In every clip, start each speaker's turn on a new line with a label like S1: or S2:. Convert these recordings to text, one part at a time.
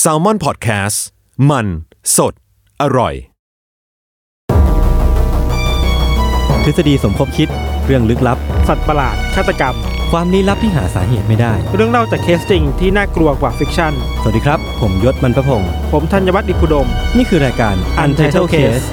S1: แซลมอนพอดแคสต์มันสดอร่อย
S2: ทฤษฎีสมคบคิด เรื่องลึกลับ
S3: สัตว์ประหลาด ฆาตกรรม
S2: ความลี้ลับที่หาสาเหตุไม่ได้
S3: เรื่องเล่าจากเคสจริงที่น่ากลัวกว่าฟิกชั่น
S2: สวัสดีครับ ผมยศมันประพงศ์
S3: ผมธัญวัฒน์อิคุดม
S2: นี่คือรายการ Untitled Case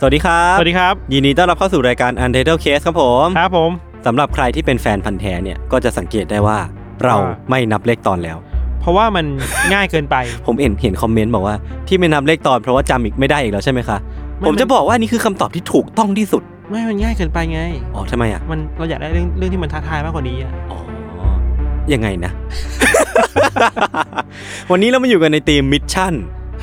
S2: สวัสดีครับ
S3: สวัสดีครับ
S2: ยินดีต้อนรับเข้าสู่รายการ Untitled Case ครับผม
S3: ครับผม
S2: สำหรับใครที่เป็นแฟนพันธ์แท้เนี่ย ก็จะสังเกตได้ว่า เรา
S3: ว่า
S2: ไม่นับเลขตอนแล้ว
S3: เพราะว่ามัน ง่ายเกินไป
S2: ผมเห็นเห็นคอมเมนต์บอกว่าที่ไม่นับเลขตอนเพราะว่าจำอีกไม่ได้อีกแล้วใช่ไหมคะ
S3: ไม่
S2: ผม
S3: มัน
S2: จะบอกว่านี่คือคำตอบที่ถูกต้องที่สุด
S3: ไม่ มันง่ายเกินไปไง
S2: อ๋อทำไมอ่ะ
S3: มันเราอยากได้เรื่องเรื่องที่มันท้าทายมากกว่านี้อะ
S2: อ๋อ ยังไงนะ วันนี้เรามาอยู่กันในทีมมิชชั่น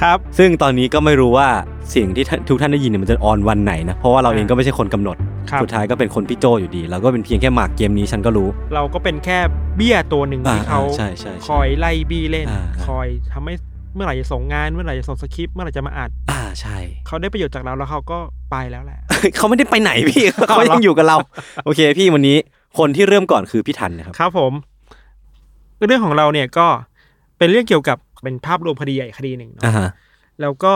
S3: ครับ
S2: ซึ่งตอนนี้ก็ไม่รู้ว่าเสียงที่ท่านทุกท่านได้ยินเนี่ยมันจะออนวันไหนนะ เพราะว่าเราเองก็ไม่ใช่คนกำหนด
S3: ครับ
S2: สุดท้ายก็เป็นคนพี่โจอยู่ดี เราก็เป็นเพียงแค่หมากเกมนี้ฉันก็รู้
S3: เราก็เป็นแค่เบี้ยตัวหนึ่ง
S2: อ่า
S3: ที่เขา
S2: ใช่ใช่ใช่
S3: คอยไล่บี้เล่น
S2: อ่าครับ
S3: คอยทำให้เมื่อไหร่จะส่งงาน เมื่อไหร่จะส่งสคริปต์ เมื่อไหร่จะมาอัด
S2: อ่าใช่
S3: เขาได้ประโยชน์จากเราแล้วเขาก็ไปแล้วแหละ
S2: เขา ไม่ได้ไปไหนพี่ เขายังอยู่กับ เรา โอเค พี่วันนี้คนที่เริ่มก่อนคือพี่ทันนะครับ
S3: ครับผม เรื่องของเราเนี่ยก็เป็นเรื่องเกี่ยวกับเป็นภาพรวมคดีใหญ่คดีหนึ่งเนอะ
S2: อ่าฮะ
S3: แล้วก็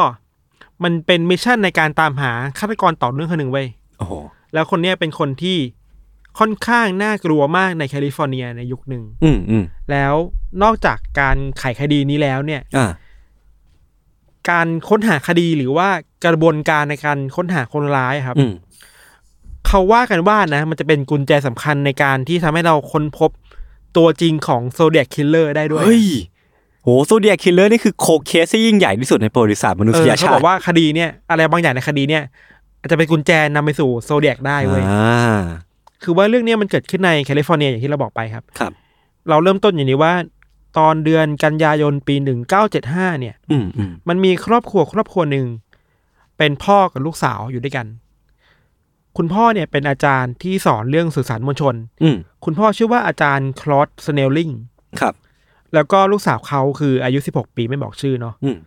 S3: มันเป็นมิชชั่นในการตามหาฆาตกรต่อเนื่องคนหนึ่งเว้ย
S2: โอ้โห
S3: แล้วคนเนี้ยเป็นคนที่ค่อนข้างน่ากลัวมากในแคลิฟอร์เนียในยุคหนึ่ง
S2: อืมอืม
S3: แล้วนอกจากการไขคดีนี้แล้วเนี่ย
S2: อ่า
S3: การค้นหาคดีหรือว่ากระบวนการในการค้นหาคนร้ายครับ
S2: อืม
S3: เขาว่ากันว่านะ มันจะเป็นกุญแจสำคัญในการที่ทำให้เราค้นพบตัวจริงของโซเดีย k คิลเลอร์ได้ด้วย
S2: เฮ้ย โหโซเดียคิลเลอร์นี่คือโคเคสที่ยิ่งใหญ่ที่สุดในประวัติศาสตร์มนุ
S3: เอ
S2: ษ
S3: อย เขา
S2: ชา
S3: บอ
S2: ติ
S3: กว่าคดีเนี่ยอะไรบางอย่างในคดีเนี่ยอาจจะเป็นกุญแจนำไปสู่โซเดียกได้เว้ย
S2: อ่า
S3: คือว่าเรื่องเนี้ยมันเกิดขึ้นในแคลิฟอร์เนียอย่างที่เราบอกไปครับ
S2: ครับ
S3: เราเริ่มต้นอย่างนี้ว่า ตอนเดือนกันยายนปี 1975 เนี่ย
S2: อืมอืม
S3: มันมีครอบครัวครอบครัวหนึ่ง เป็นพ่อกับลูกสาวอยู่ด้วยกัน คุณพ่อเนี่ยเป็นอาจารย์ที่สอนเรื่องสื่อสารมวลชน
S2: อืม
S3: คุณพ่อชื่อว่าอาจารย์คลอสสเนลลิง
S2: ครับ
S3: แล้วก็ลูกสาวเขาคืออายุ 16 ปีไม่บอกชื่อเนาะ
S2: อืม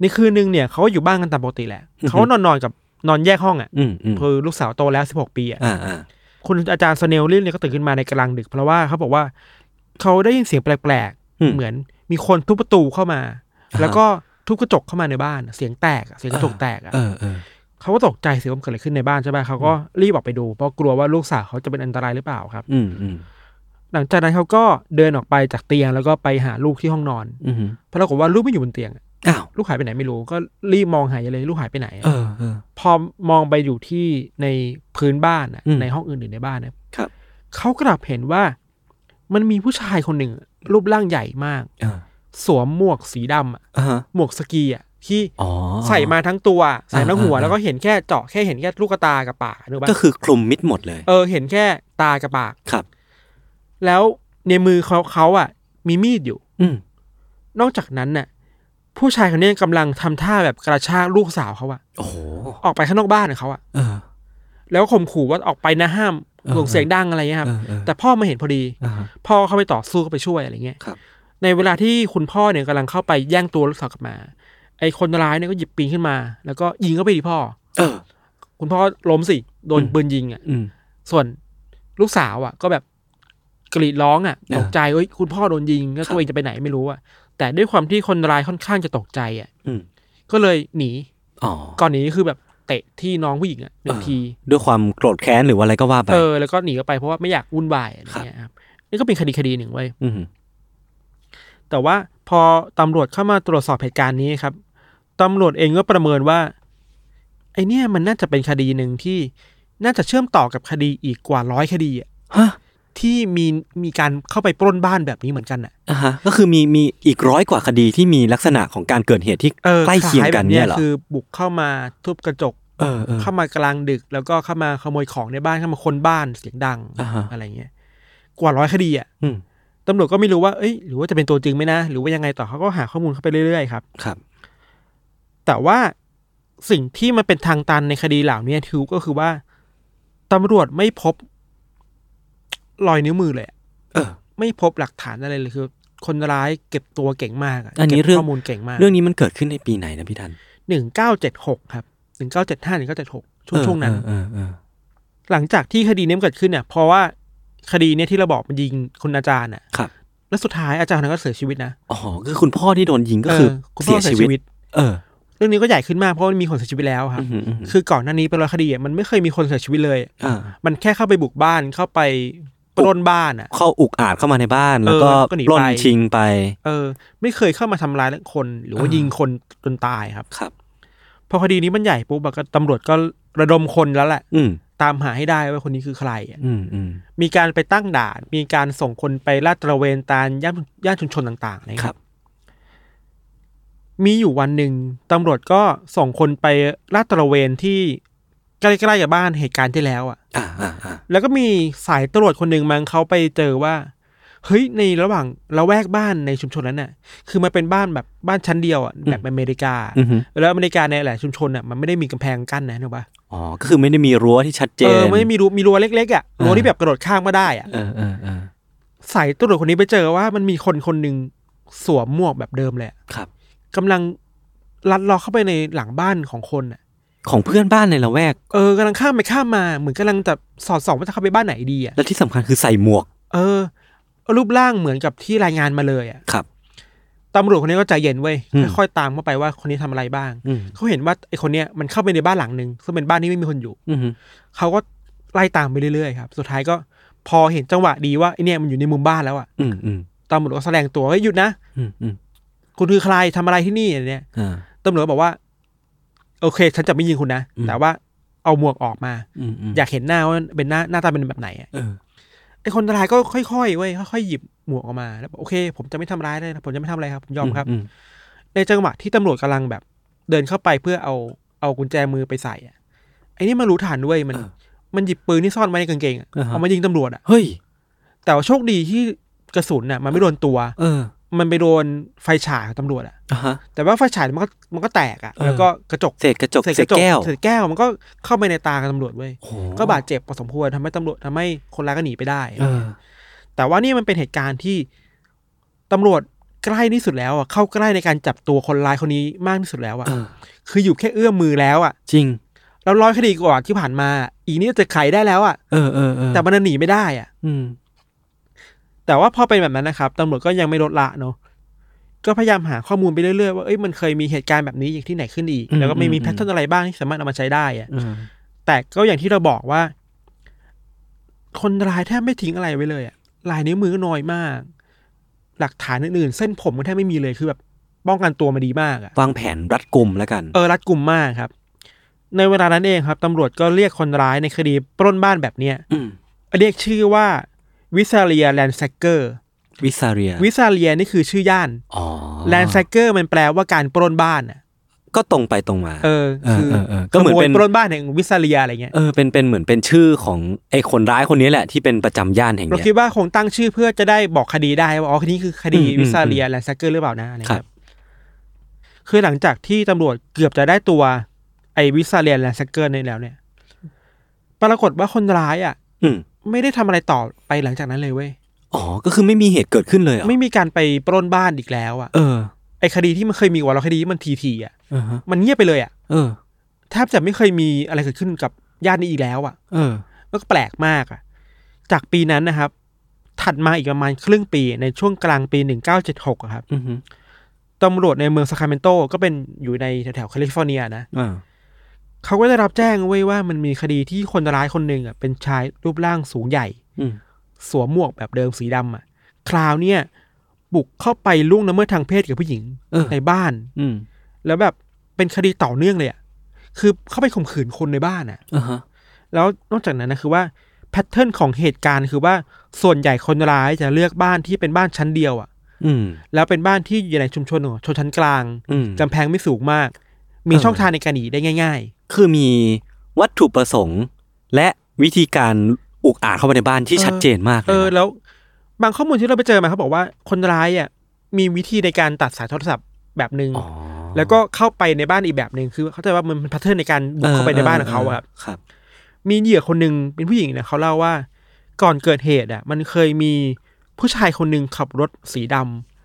S3: ในคืนหนึ่งเนี่ยเขาอยู่บ้านกันตามปกติแหละ
S2: อือฮึ
S3: เขานอนนอนๆกับนอนแยกห้องอะ่ะ
S2: อืมอืม
S3: คือลูกสาวโตแล้ว 16 ปีอ่ะ
S2: อ่าอ่า
S3: คุณอาจารย์สเนลลินเนี่ยก็ตื่นขึ้นมาในกลางดึก เพราะว่าเขาบอกว่าเขาได้ยินเสียงแปลก
S2: อืม
S3: ๆ เหมือนมีคนทุบประตูเข้ามา แล้วก็ทุบกระจกเข้ามาในบ้าน เสียงแตกอะเสียงกระจกแตกอะ
S2: เออเออ
S3: เขาก็ตกใจเสียงว่ามันเกิดอะไรขึ้นในบ้านใช่ไหมเขาก็รีบออกไปดู เพราะกลัวว่าลูกสาวเขาจะเป็นอันตรายหรือเปล่าครับ
S2: อืมอืม
S3: หลังจากนั้นเขาก็เดินออกไปจากเตียงแล้วก็ไปหาลูกที่ห้องนอน
S2: อืม
S3: ปรากฏว่าลูกไม่อยู่บนเตียงอะ
S2: อ้าว
S3: ลูกหายไปไหนไม่รู้ก็รีบมองหาใหญ่เลยลูกหายไปไหนอะ
S2: เออเออ
S3: พอมองไปอยู่ที่ในพื้นบ้านอะ
S2: อืม
S3: ในห้องอื่นๆในบ้านเนี่ย
S2: ครับ
S3: เขากลับเห็นว่ามันมีผู้ชายคนหนึ่ง รูปร่างใหญ่มาก
S2: อ่า
S3: สวมหมวกสีดำอะ
S2: อ่าฮะ
S3: หมวกสกีอ่ะที่
S2: อ๋อ
S3: ใส่มาทั้งตัว ใส่ทั้งหัว
S2: อ่าอ่า
S3: แล้วก็เห็นแค่เจาะแค่เห็นแค่ลูกตากับปากนึกว่า
S2: ก็คือคลุมมิดหมดเลย
S3: เออ เห็นแค่ตากับปาก
S2: ครับ
S3: แล้วในมือเขาเขาอ่ะ มีมีดอยู่
S2: อืม
S3: นอกจากนั้นน่ะ ผู้ชายคนนี้กำลังทำท่าแบบกระชากลูกสาวเขาอ่ะ
S2: โอ้โห
S3: ออกไปข้างนอกบ้านของเขาอ่ะ
S2: เออ
S3: แล้วก็ข่มขู่ว่าออกไปนะห้าม
S2: เออ
S3: ส่งเสียงดังอะไรเงี้ยครับ
S2: เออเออ
S3: แต่พ่อมาเห็นพอดี
S2: อ่าฮะ
S3: พ่อเข้าไปต่อสู้เข้าไปช่วยอะไรเงี้ย
S2: ครับ
S3: ในเวลาที่คุณพ่อเนี่ยกำลังเข้าไปแย่งตัวลูกสาวกลับมา ไอ้คนร้ายเนี่ยก็หยิบปืนขึ้นมา แล้วก็ยิงเข้าไปที่พ่อ
S2: เออ
S3: คุณพ่อล้มสิ โดน
S2: อืม
S3: ปืนยิงอ่ะ
S2: อืม
S3: ส่วนลูกสาวอ่ะ ก็แบบกรีดร้องอ่ะ
S2: อ่า
S3: ตกใจเอ้ย คุณพ่อโดนยิง แล้ว
S2: ครับ
S3: ตัวเองจะไปไหนไม่รู้อ่ะ แต่ด้วยความที่คนร้ายค่อนข้างจะตกใจอ่ะ
S2: อืม
S3: ก็เลยหนี
S2: อ๋อ
S3: ก่อนหนีคือแบบเตะที่น้องผู้หญิงอ่ะหนึ่ง
S2: อ่า
S3: ที
S2: ด้วยความโกรธแค้นหรือว่าอะไรก็ว่าไป
S3: เออ แล้วก็หนีออกไปเพราะว่าไม่อยากวุ่นวายอะไรเงี้ยครับ นี่ก็เป็นคดีคดีหนึ่งเว้ย
S2: อืม
S3: แต่ว่าพอตำรวจเข้ามาตรวจสอบเหตุการณ์นี้ครับ ตำรวจเองก็ประเมินว่า ไอเนี่ยมันน่าจะเป็นคดีหนึ่งที่น่าจะเชื่อมต่อกับคดีอีกกว่าร้อยคดีอะ
S2: ฮะ
S3: ที่มีมีการเข้าไปปล้นบ้านแบบนี้เหมือนกันอ่ะ
S2: อ่าฮะก็คือมีมีอีกร้อยกว่าคดีที่มีลักษณะของการเกิดเหตุที่
S3: ออ
S2: ใกล้เคียงกันเนี่ยเหรอ
S3: คือบุกเข้ามาทุบกระจก
S2: เออเออ
S3: เข้ามากลางดึกแล้วก็เข้ามาขโมยของในบ้านเข้ามาค้นบ้านเสียงดัง
S2: อ่าฮะ
S3: อะไรเงี้ยกว่าร้อยคดีอ่ะ
S2: อืม
S3: ตำรวจก็ไม่รู้ว่าเอ้ยหรือว่าจะเป็นตัวจริงไหมนะ หรือว่ายังไงต่อเขาก็หาข้อมูลเข้าไปเรื่อยๆครับ
S2: ครับ
S3: แต่ว่าสิ่งที่มันเป็นทางตันในคดีเหล่านี้ทิวก็คือว่าตำรวจไม่พบรอยนิ้วมือเลยอะ
S2: เออ
S3: ไม่พบหลักฐานอะไรเลยคือ คนร้ายเก็บตัวเก่งมากะ
S2: อันนี้
S3: ก็บ
S2: เรื่อง
S3: ข้อมูลเก่งมาก
S2: เรื่องนี้มันเกิดขึ้นในปีไหนนะพี่ทัน
S3: หนึ่งเก้าเจ็ดหกครับหนึ่งเก้าเจ็ดห้าหนึ่งเก้าเจ็ดหกช่วงช่วงนั้น
S2: เออเออเออ
S3: หลังจากที่คดีเนี้ยมันเกิดขึ้นเนี่ยเพราะว่าคดีเนี่ยที่เราบอกมันยิงคุณอาจารย์น่ะ
S2: ครับ
S3: แล้วสุดท้ายอาจารย์คนนั้นก็เสียชีวิตนะ
S2: อ๋อคือคุณพ่อที่โดนยิงก็คือ
S3: เออคุณพ่
S2: เสียชีวิต เออ
S3: เรื่องนี้ก็ใหญ่ขึ้นมากเพราะมันมีคนเสียชีวิตแล้วครับ
S2: อืมอืมอืม
S3: คือก่อนหน้านี้เป็นร้อยคดีอะมันไม่เคยมีคนเสียชีวิตเลย
S2: อ่า
S3: มันแค่เข้าไปบุกบ้านเข้าไปปล้นบ้านอ่ะ
S2: เข้าอุกอาจเข้ามาในบ้าน แล้วก็
S3: เออก็หนีไป
S2: ปล้นชิงไป
S3: เออ ไม่เคยเข้ามาทำร้ายคนหรือว่า
S2: อ่ายิ
S3: ยิงคนจนตายครับ
S2: ครับ
S3: พอคดีนี้มันใหญ่ปุ๊บอะก็ตำรวจก็ระดมคนแล้วแหละ
S2: อืม
S3: ตามหาให้ได้ว่าคนนี้คือใครอะ
S2: อืมอืม
S3: มีการไปตั้งด่าน มีการส่งคนไปลาดตระเวนตามย่านย่านชุมชนต่างๆนะ
S2: ค
S3: ค
S2: รั
S3: รับ บ มีอยู่วันหนึ่งตำรวจก็ส่งคนไปลาดตระเวนที่ใกล้ๆกับบ้านเหตุการณ์ที่แล้วอ่ะ
S2: อ่าอ่าอ่า
S3: แล้วก็มีสายตรวจคนหนึ่งมั้งเขาไปเจอว่าเฮ้ยในระหว่างละแวกบ้านในชุมชนนั้นน่ะ คือมันเป็นบ้านแบบบ้านชั้นเดียวอ่ะแบบอเมริกา
S2: อือฮึ
S3: แล้วอเมริกาในหลายชุมชนอ่ะมันไม่ได้มีกำแพงกั้นนะนึกว่า
S2: อ๋อก็คือไม่ได้มีรั้วที่ชัดเจ
S3: เอน อไม่ได้มีรั้วมีรั้วเล็กๆอ่ะรั้ว
S2: อ่า
S3: ที่แบบกระโดดข้ามก็ได้อ่ะ
S2: เออเออเออ
S3: สายตรวจคนนี้ไปเจอว่ามันมีคนคนหนึ่งสวมหมวกแบบเดิมเลยอะ
S2: ครับ
S3: กำลังลัดเล้อเข้าไปในหลังบ้านของคนอ่ะ
S2: ของเพื่อนบ้านในละแวก
S3: เออกำลังข้ามไปข้ามมาเหมือนกำลังจะสอดส่องว่าจะเข้าไปบ้านไหนดีอ่ะ
S2: และที่สำคัญคือใส่หมวก
S3: เออ รูปร่างเหมือนกับที่รายงานมาเลยอ่ะ
S2: ครับ
S3: ตำรวจคนนี้ก็ใจเย็นเว้ย
S2: อืม
S3: ค่อยๆตามเข้าไปว่าคนนี้ทำอะไรบ้าง
S2: อืม
S3: เขาเห็นว่าไอคนเนี้ยมันเข้าไปในบ้านหลังหนึ่งซึ่งเป็นบ้านที่ไม่มีคนอยู่
S2: อืม
S3: เขาก็ไล่ตามไปเรื่อยๆครับ สุดท้ายก็พอเห็นจังหวะดีว่าไอเนี่ยมันอยู่ในมุมบ้านแล้วอะ
S2: อืมอืม
S3: ตำรวจก็แสดงตัวเฮ้ยหยุดนะ
S2: อืมอืม
S3: คุณคือใครทำอะไรที่นี่อะไรเนี่ย
S2: อ่า
S3: ตำรวจก็บอกว่า โอเค ฉันจะไม่ยิงคุณนะ
S2: อืม
S3: แต่ว่าเอาหมวกออกมา
S2: อืมอืม
S3: อยากเห็นหน้าว่าเป็นหน้าหน้าตาเป็นแบบไหนอะ
S2: เออ
S3: ไอคนร้ายก็ค่อยๆเว้ยค่อยๆหยิบหมวกออกมาแล้วบอกโอเค ผมจะไม่ทำร้ายเลยนะผมจะไม่ทำอะไรครับผมยอมครับ
S2: อืม
S3: ในจังหวะที่ตำรวจกำลังแบบ เดินเข้าไปเพื่อเอาเอากุญแจมือไปใส่อะไอ้นี่มันรู้ฐานด้วยมัน
S2: เออ
S3: มันหยิบปืนที่ซ่อนไว้ในกางเกงอะ
S2: อ่าฮะ
S3: เอามายิงตำรวจอะ
S2: เฮ้ย
S3: แต่ว่าโชคดีที่กระสุนน่ะ มันไม่โดนตัว
S2: เออ
S3: มันไปโดนไฟฉายของตำรวจอะ
S2: อ่ะฮะ
S3: แต่ว่าไฟฉายมันก็มันก็แตกอะ
S2: เออ
S3: แล้วก็กระจก
S2: เศษกระจกเศษแก้ว
S3: เศษแก้วมันก็เข้าไปในตากับตำรวจเว้ย
S2: โอ้โห
S3: ก็บาดเจ็บพอสมควรทำให้ตำรวจทำให้คนร้ายก็หนีไปได้
S2: เออ
S3: แต่ว่านี่มันเป็นเหตุการณ์ที่ตำรวจใกล้ที่สุดแล้วอะเข้าใกล้ในการจับตัวคนร้ายคนนี้มากที่สุดแล้วอะ
S2: เออ
S3: คืออยู่แค่เอื้อมมือแล้วอะ่ะ
S2: จริง
S3: แล้วร้อยคดีกว่าที่ผ่านมา อีนี่จะไขได้แล้วอะ่ะ
S2: เออเออเออ
S3: แต่มันหนีไม่ได้อะ่ะ
S2: อืม
S3: แต่ว่าพอเป็นแบบนั้นนะครับตำรวจก็ยังไม่ลดละเนาะก็พยายามหาข้อมูลไปเรื่อยๆว่าเอ้ยมันเคยมีเหตุการณ์แบบนี้อย่างที่ไหนขึ้นอีก แล้วก็ไม่มีแพทเทิร์นอะไรบ้างที่สามารถเอามาใช้ได้อะ
S2: เออ
S3: แต่ก็อย่างที่เราบอกว่า คนร้ายแทบไม่ทิ้งอะไรไว้เลยอะลายนิ้วมือก็น้อยมาก หลักฐานอื่นๆเส้นผมก็แทบไม่มีเลยคือแบบป้องกันตัวมาดีมากอะ
S2: วางแผนรัดกุมแล้วกัน
S3: เออรัดกลุ่มมากครับ ในเวลานั้นเองครับตำรวจก็เรียกคนร้ายในคดีปล้นบ้านแบบเนี้ย
S2: อืม
S3: เรียกชื่อว่าวิซาเลียแลนด์แซกเกอร์
S2: วิซาเรีย
S3: วิซาเลียนี่คือชื่อย่าน
S2: อ๋อ
S3: แลนด์แซกเกอร์มันแปลว่าการปล้นบ้านอ่ะ
S2: ก็ตรงไปตรงมา
S3: เออคือ
S2: เออเออเออก็เหมือนเป็น
S3: ขโปล้นบ้านแห่งวิซาเลียอะไรเงี้ย
S2: เออเป็นเป็นเหมือนเป็นชื่อของไอ้คนร้ายคนนี้แหละที่เป็นประจำย่านแห่ง
S3: เรา
S2: เนี้ย
S3: คิดว่าคงตั้งชื่อเพื่อจะได้บอกคดีได้ว่าอ๋อคดีคือคดี
S2: อืมอืม
S3: วิซาเลียแลนด์แซกเกอร์หรือเปล่านะอะไร
S2: ค
S3: ค
S2: รั
S3: รับ บ คือหลังจากที่ตำรวจเกือบจะได้ตัวไอ้วิซาเลียแลนด์แซกเกอร์เนี่ยแล้วเนี่ย ปรากฏว่าคนร้ายอ่ะ
S2: อืม
S3: ไม่ได้ทำอะไรต่อไปหลังจากนั้นเลยเว้ย
S2: อ๋อก็คือไม่มีเหตุเกิดขึ้นเลยเหรอ
S3: ไม่มีการไปปล้นบ้านอีกแล้วอะ
S2: เออ
S3: ไอคดีที่มันเคยมีกว่าเราคดีที่มันทีทีๆอะ
S2: เออฮะ
S3: มันเงียบไปเลยอะ
S2: เออ
S3: แทบจะไม่เคยมีอะไรเกิดขึ้นกับญาตินี้อีกแล้วอะ
S2: เออ
S3: มันก็แปลกมากอะจากปีนั้นนะครับ ถัดมาอีกประมาณครึ่งปีในช่วงกลางปี 1976อะครับ
S2: อือฮึ
S3: ตำรวจในเมืองซาคราเมนโตก็เป็นอยู่ในแถวๆแคลิฟอร์เนียนะ
S2: อ่า
S3: เขาก็ได้รับแจ้งเว้ยว่ามันมีคดีที่คนร้ายคนหนึ่งอะเป็นชายรูปร่างสูงใหญ่
S2: อืม
S3: สวมหมวกแบบเดิมสีดำอ่ะ คราวเนี่ยบุกเข้าไปล่วงละเมิดทางเพศกับผู้หญิง
S2: เออ
S3: ในบ้าน
S2: อืม
S3: แล้วแบบเป็นคดีต่อเนื่องเลยอ่ะคือเข้าไปข่มขืนคนในบ้านอ่ะ
S2: อ่าฮะ
S3: แล้วนอกจากนั้นนะคือว่าแพทเทิร์นของเหตุการณ์คือว่าส่วนใหญ่คนร้ายจะเลือกบ้านที่เป็นบ้านชั้นเดียวอ่ะ
S2: อืม
S3: แล้วเป็นบ้านที่อยู่ในชุมชนของชนชั้นกลาง
S2: อืม
S3: กำแพงไม่สูงมาก มีช่องทางในการหนีได้ง่าย
S2: คือมีวัตถุประสงค์ และวิธีการอุกอาจเข้าไปในบ้านที่
S3: เออ
S2: ชัดเจนมาก
S3: ๆ
S2: เล
S3: เอย อ
S2: นะ
S3: แล้วบางข้อมูลที่เราไปเจอมาเขาบอกว่าคนร้ายอ่ะมีวิธีในการตัดสายโทรศัพท์แบบหนึง่ง
S2: อ๋อ
S3: แล้วก็เข้าไปในบ้านอีกแบบหนึ่งคือ เขาใจว่ามันเป็นแพทเทิร์นในการบุกเข้าไปในบ้านของเขาอะครับ
S2: ครับ
S3: มีเหยื่อคนหนึ่งเป็นผู้หญิงนะเขาเล่าว่า ก่อนเกิดเหตุอ่ะ มันเคยมีผู้ชายคนหนึ่งขับรถสีด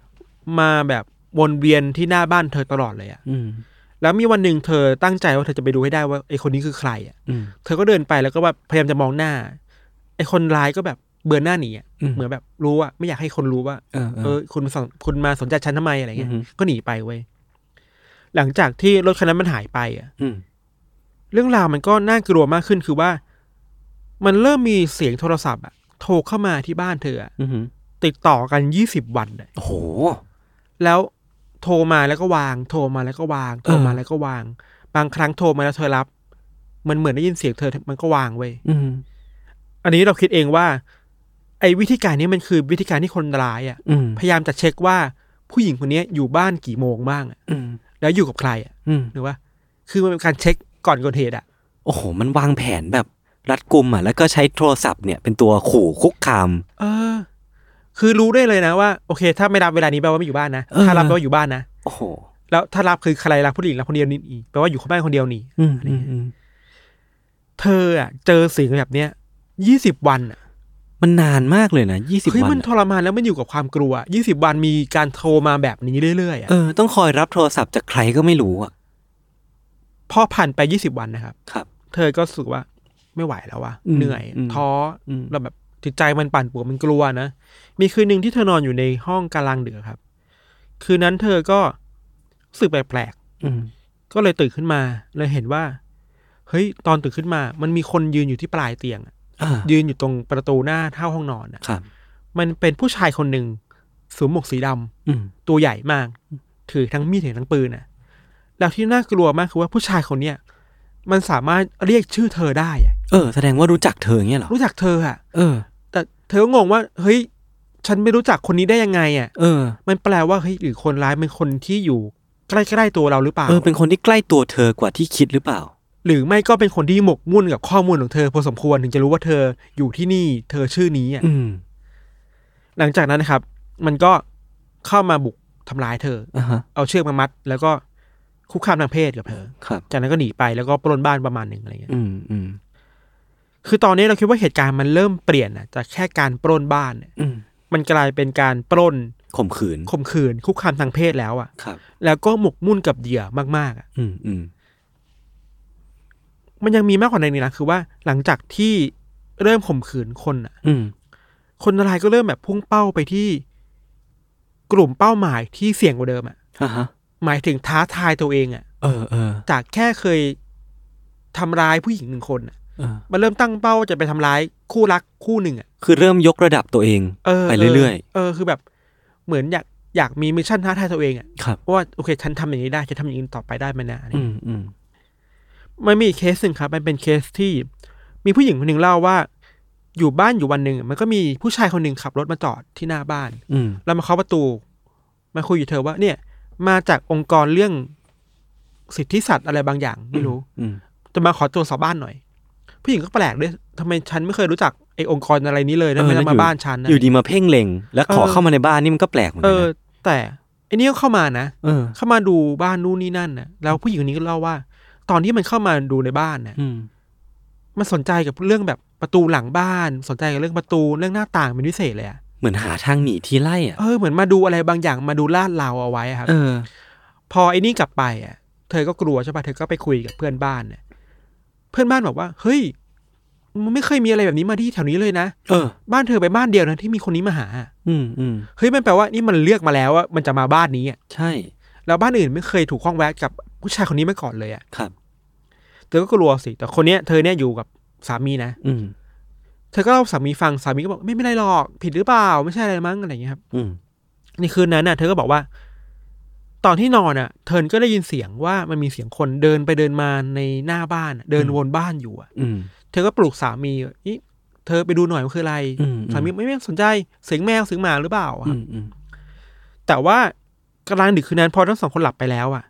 S3: ำมาแบบวนเวียนที่หน้าบ้านเธอตลอดเลยอ่ะ
S2: อืม
S3: แล้วมีวันหนึ่งเธอตั้งใจว่าเธอจะไปดูให้ได้ว่าไอคนนี้คือใครอ่ะ
S2: อืม
S3: เธอก็เดินไปแล้วก็แบบพยายามจะมองหน้าไอคนร้ายก็แบบเบือนหน้าหนีอะ
S2: อืม
S3: เหมือนแบบรู้ว่าไม่อยากให้คนรู้ว่า
S2: เออเอ
S3: เอ
S2: อ
S3: อคุณมาสนคุณมาสนใจฉันทำไมอะไรเงี้ย
S2: อือฮึ
S3: ก็หนีไปเว้ยหลังจากที่รถคันนั้นมันหายไปอ่ะ
S2: อืม
S3: เรื่องราวมันก็น่ากลัวมากขึ้นคือว่า มันเริ่มมีเสียงโทรศัพท์อะโทรเข้ามาที่บ้านเธออะ
S2: อืม
S3: ติดต่อกันยี่สิบวันอะ
S2: โอ้โห
S3: แล้วโทรมาแล้วก็วาง โทรมาแล้วก็วาง โทรมา
S2: เออ
S3: แล้วก็วาง บางครั้งโทรมาแล้วเธอรับ มันเหมือนได้ยินเสียงเธอมันก็วางเว้ย
S2: อืม
S3: อันนี้เราคิดเองว่า ไอ้วิธีการนี้มันคือวิธีการที่คนร้ายอะ
S2: อืม
S3: พยายามจะเช็คว่าผู้หญิงคนนี้อยู่บ้านกี่โมงบ้างอะ
S2: อืม
S3: แล้วอยู่กับใครอะ
S2: อืม
S3: หรือว่า คือมันเป็นการเช็คก่อนเกิดเหตุอะ
S2: โอ้โห มันวางแผนแบบรัดกุมอ่ะ แล้วก็ใช้โทรศัพท์เนี่ยเป็นตัวขู่คุกคาม
S3: เออ คือรู้ได้เลยนะว่าโอเค ถ้าไม่รับเวลานี้แปลว่าไม่อยู่บ้านนะ
S2: เออ
S3: ถ้ารับแปลว่าอยู่บ้านนะ
S2: โอ้โห
S3: แล้วถ้ารับคือใครรับผู้หญิงรับคนเดียวนี่อีกแปลว่าอยู่คนบ้านคนเดียวนี่
S2: อืมอืมอืม
S3: เธออ่ะเจอสิ่งแบบเนี้ยยี่สิบวันอ่ะ
S2: มันนานมากเลยนะยี่สิบ
S3: เฮ้ย
S2: วั
S3: มัน
S2: น
S3: ท
S2: อะ
S3: รมานแล้วมันอยู่กับความกลัวยี่สิบวันมีการโทรมาแบบนี้เรื่อยๆอ่ะ
S2: เออ ต้องคอยรับโทรศัพท์จากใครก็ไม่รู้อ่ะ
S3: พอผ่านไปยี่สิบวันนะครับ
S2: ครับ
S3: เธอก็รู้สึกว่าไม่ไหวแล้วว่ะ
S2: อืม
S3: เหนื่อย
S2: อืม
S3: ท้ออ
S2: ม
S3: แล้วแบบจิตใจมันปั่นป่วนมันกลัวนะมีคืนหนึ่งที่เธอนอนอยู่ในห้องกลางดึกอะครับ คืนนั้นเธอก็รู้สึกแปลกๆ
S2: อืม
S3: ก็เลยตื่นขึ้นมาเลยเห็นว่า เฮ้ย ตอนตื่นขึ้นมา มันมีคนยืนอยู่ที่ปลายเตียงอะ
S2: อ่า
S3: ยืนอยู่ตรงประตูหน้าเท่าห้องนอนอะ
S2: ครับ
S3: มันเป็นผู้ชายคนหนึ่งสวมหมวกสีดำ
S2: อืม
S3: ตัวใหญ่มาก ถือทั้งมีดถือทั้งปืนอะแล้วที่น่ากลัวมากคือว่าผู้ชายคนเนี้ยมันสามารถเรียกชื่อเธอได้อะ
S2: เออ แสดงว่ารู้จักเธออย่างเงี้ยเหรอ
S3: รู้จักเธออะ
S2: เออ
S3: แต่เธอก็งงว่า เฮ้ย ฉันไม่รู้จักคนนี้ได้ยังไงอะ
S2: เออ
S3: มันแปลว่าเฮ้ยหรือคนร้ายเป็นคนที่อยู่ใกล้ๆตัวเราหรือเปล่า
S2: เออ เป็นคนที่ใกล้ตัวเธอกว่าที่คิดหรือเปล่า
S3: หรือไม่ก็เป็นคนที่หมกมุ่นกับข้อมูลของเธอพอสมควรถึงจะรู้ว่าเธออยู่ที่นี่ เธอชื่อนี้อ่ะ
S2: อืม
S3: หลังจากนั้นนะครับ มันก็เข้ามาบุกทำร้ายเธอ
S2: อ่าฮะ
S3: เอาเชือกมามัด แล้วก็คุกคามทางเพศกับเธอ
S2: ครับ
S3: จากนั้นก็หนีไปแล้วก็ปล้นบ้านประมาณหนึ่งอะไรเงี้ย
S2: อืมอืม
S3: คือตอนนี้เราคิดว่าเหตุการณ์มันเริ่มเปลี่ยนนะจากแค่การปล้นบ้านเนี่ย
S2: อืม
S3: มันกลายเป็นการปล้น
S2: ข่มขืน
S3: ข่มขืน คุกคามทางเพศแล้วอ่ะ
S2: ครับ
S3: แล้วก็หมกมุ่นกับเหยื่อมากๆอ่ะ
S2: อืมอืม
S3: มันยังมีมากกว่านั้นอีกนะคือว่าหลังจากที่เริ่มข่มขืนคนอ่ะ
S2: อืม
S3: คนร้ายก็เริ่มแบบพุ่งเป้าไปที่ กลุ่มเป้าหมายที่เสี่ยงกว่าเดิมอะ่ะ
S2: อ่าฮะ
S3: หมายถึงท้าทายตัวเองอะ่ะ
S2: เออเออ
S3: จากแค่เคยทำร้ายผู้หญิงหนึ่งคนอะ
S2: เออ
S3: มันเริ่มตั้งเป้าจะไปทำร้ายคู่รักคู่หนึ่งอะ่ะ
S2: คือเริ่มยกระดับตัวเอง
S3: เออ
S2: ไปเรื่อย
S3: ๆเออคือแบบ เหมือนอยากอยากมีมิชชั่นท้าทายตัวเองอะ่ะ
S2: ๆ ครับ
S3: ว่าโอเคฉันทำอย่างนี้ได้จะทำอย่างนี้ต่อไปได้ไหมนะอะไร
S2: อื
S3: เงี้ย
S2: มอืม
S3: มันมีอีกเคสหนึ่งครับ มันเป็นเคสที่มีผู้หญิงคนหนึ่งเล่าว่า อยู่บ้านอยู่วันหนึ่งมันก็มีผู้ชายคนหนึ่งขับรถมาจอดที่หน้าบ้าน
S2: อืม
S3: แล้วมาเคาะประตู มาคุยอยู่เธอว่า เนี่ย มาจากองค์กรเรื่องสิทธิสัตว์อะไรบางอย่างไม่รู้
S2: อืม
S3: จะมาขอตรวจสอบบ้านหน่อย ผู้หญิงก็แปลกด้วยทำไมฉันไม่เคยรู้จักไอ้องค์กรอะไรนี้เลยแล้วไม่
S2: เออ
S3: มา
S2: อยู่
S3: บ้านฉันนะ
S2: อยู่ดีมาเพ่งเล็ง แล้วขอ
S3: เออ
S2: เข้ามาในบ้านนี่มันก็แปลกเหมือน
S3: เอ
S2: กัน
S3: อ
S2: นะ
S3: แต่ไอ้นี่ก็เข้ามานะ
S2: เออ
S3: เข้ามาดูบ้านนู่นนี่นั่นนะแล้วผู้หญิงคนนี้ก็เล่าว่า ตอนที่มันเข้ามาดูในบ้านนะ
S2: อืม
S3: มันสนใจกับเรื่องแบบประตูหลังบ้าน สนใจกับเรื่องประตูเรื่องหน้าต่างเป็นพิเศษเลยอะ
S2: เหมือนหาทางหนีที่ไล่อ่ะ
S3: เออเหมือนมาดูอะไรบางอย่างมาดูลาดเราเอาไว้อะครับ
S2: เออ
S3: พอไอ้นี่กลับไปอ่ะ เธอก็กลัวใช่ปะเธอก็ไปคุยกับเพื่อนบ้านเนี่ยเพื่อนบ้านบอกว่า เฮ้ยมันไม่เคยมีอะไรแบบนี้มาที่แถวนี้เลยนะ
S2: เออ
S3: บ้านเธอไปบ้านเดียวนะที่มีคนนี้มาหา
S2: อืมอืม
S3: เฮ้ยมันแปลว่านี่มันเลือกมาแล้วว่ามันจะมาบ้านนี้อะ
S2: ใช่
S3: แล้วบ้านอื่นไม่เคยถูกข้องแวะกับผู้ชายคนนี้มาก่อนเลยอ่ะ
S2: ครับ
S3: เธอก็กลัวสิแต่คนเนี้ยเธอเนี่ยอยู่กับสามีนะ
S2: อืม
S3: เธอก็เล่าให้สามีฟังสามีก็บอกไม่ไม่ได้หรอก ผิดหรือเปล่าไม่ใช่อะไรมั้งอะไรอย่างเงี้ยครับ
S2: อืม
S3: ในคืนนั้นน่ะเธอก็บอกว่า ตอนที่นอนอ่ะ เธอก็ได้ยินเสียงว่ามันมีเสียงคนเดินไปเดินมาในหน้าบ้านอะเดินวนบ้านอยู่อ่ะ
S2: อืม
S3: เธอก็ปลุกสามีอีเธอไปดูหน่อยมันคืออะไร
S2: อืม
S3: สามีไม่ไม่สนใจเสียงแมวเสียงหมาหรือเปล่าอะ
S2: อื
S3: ครับ
S2: มอืม
S3: แต่ว่ากลางดึกคืนนั้นพอทั้งสองคนหลับไปแล้วอ่ะ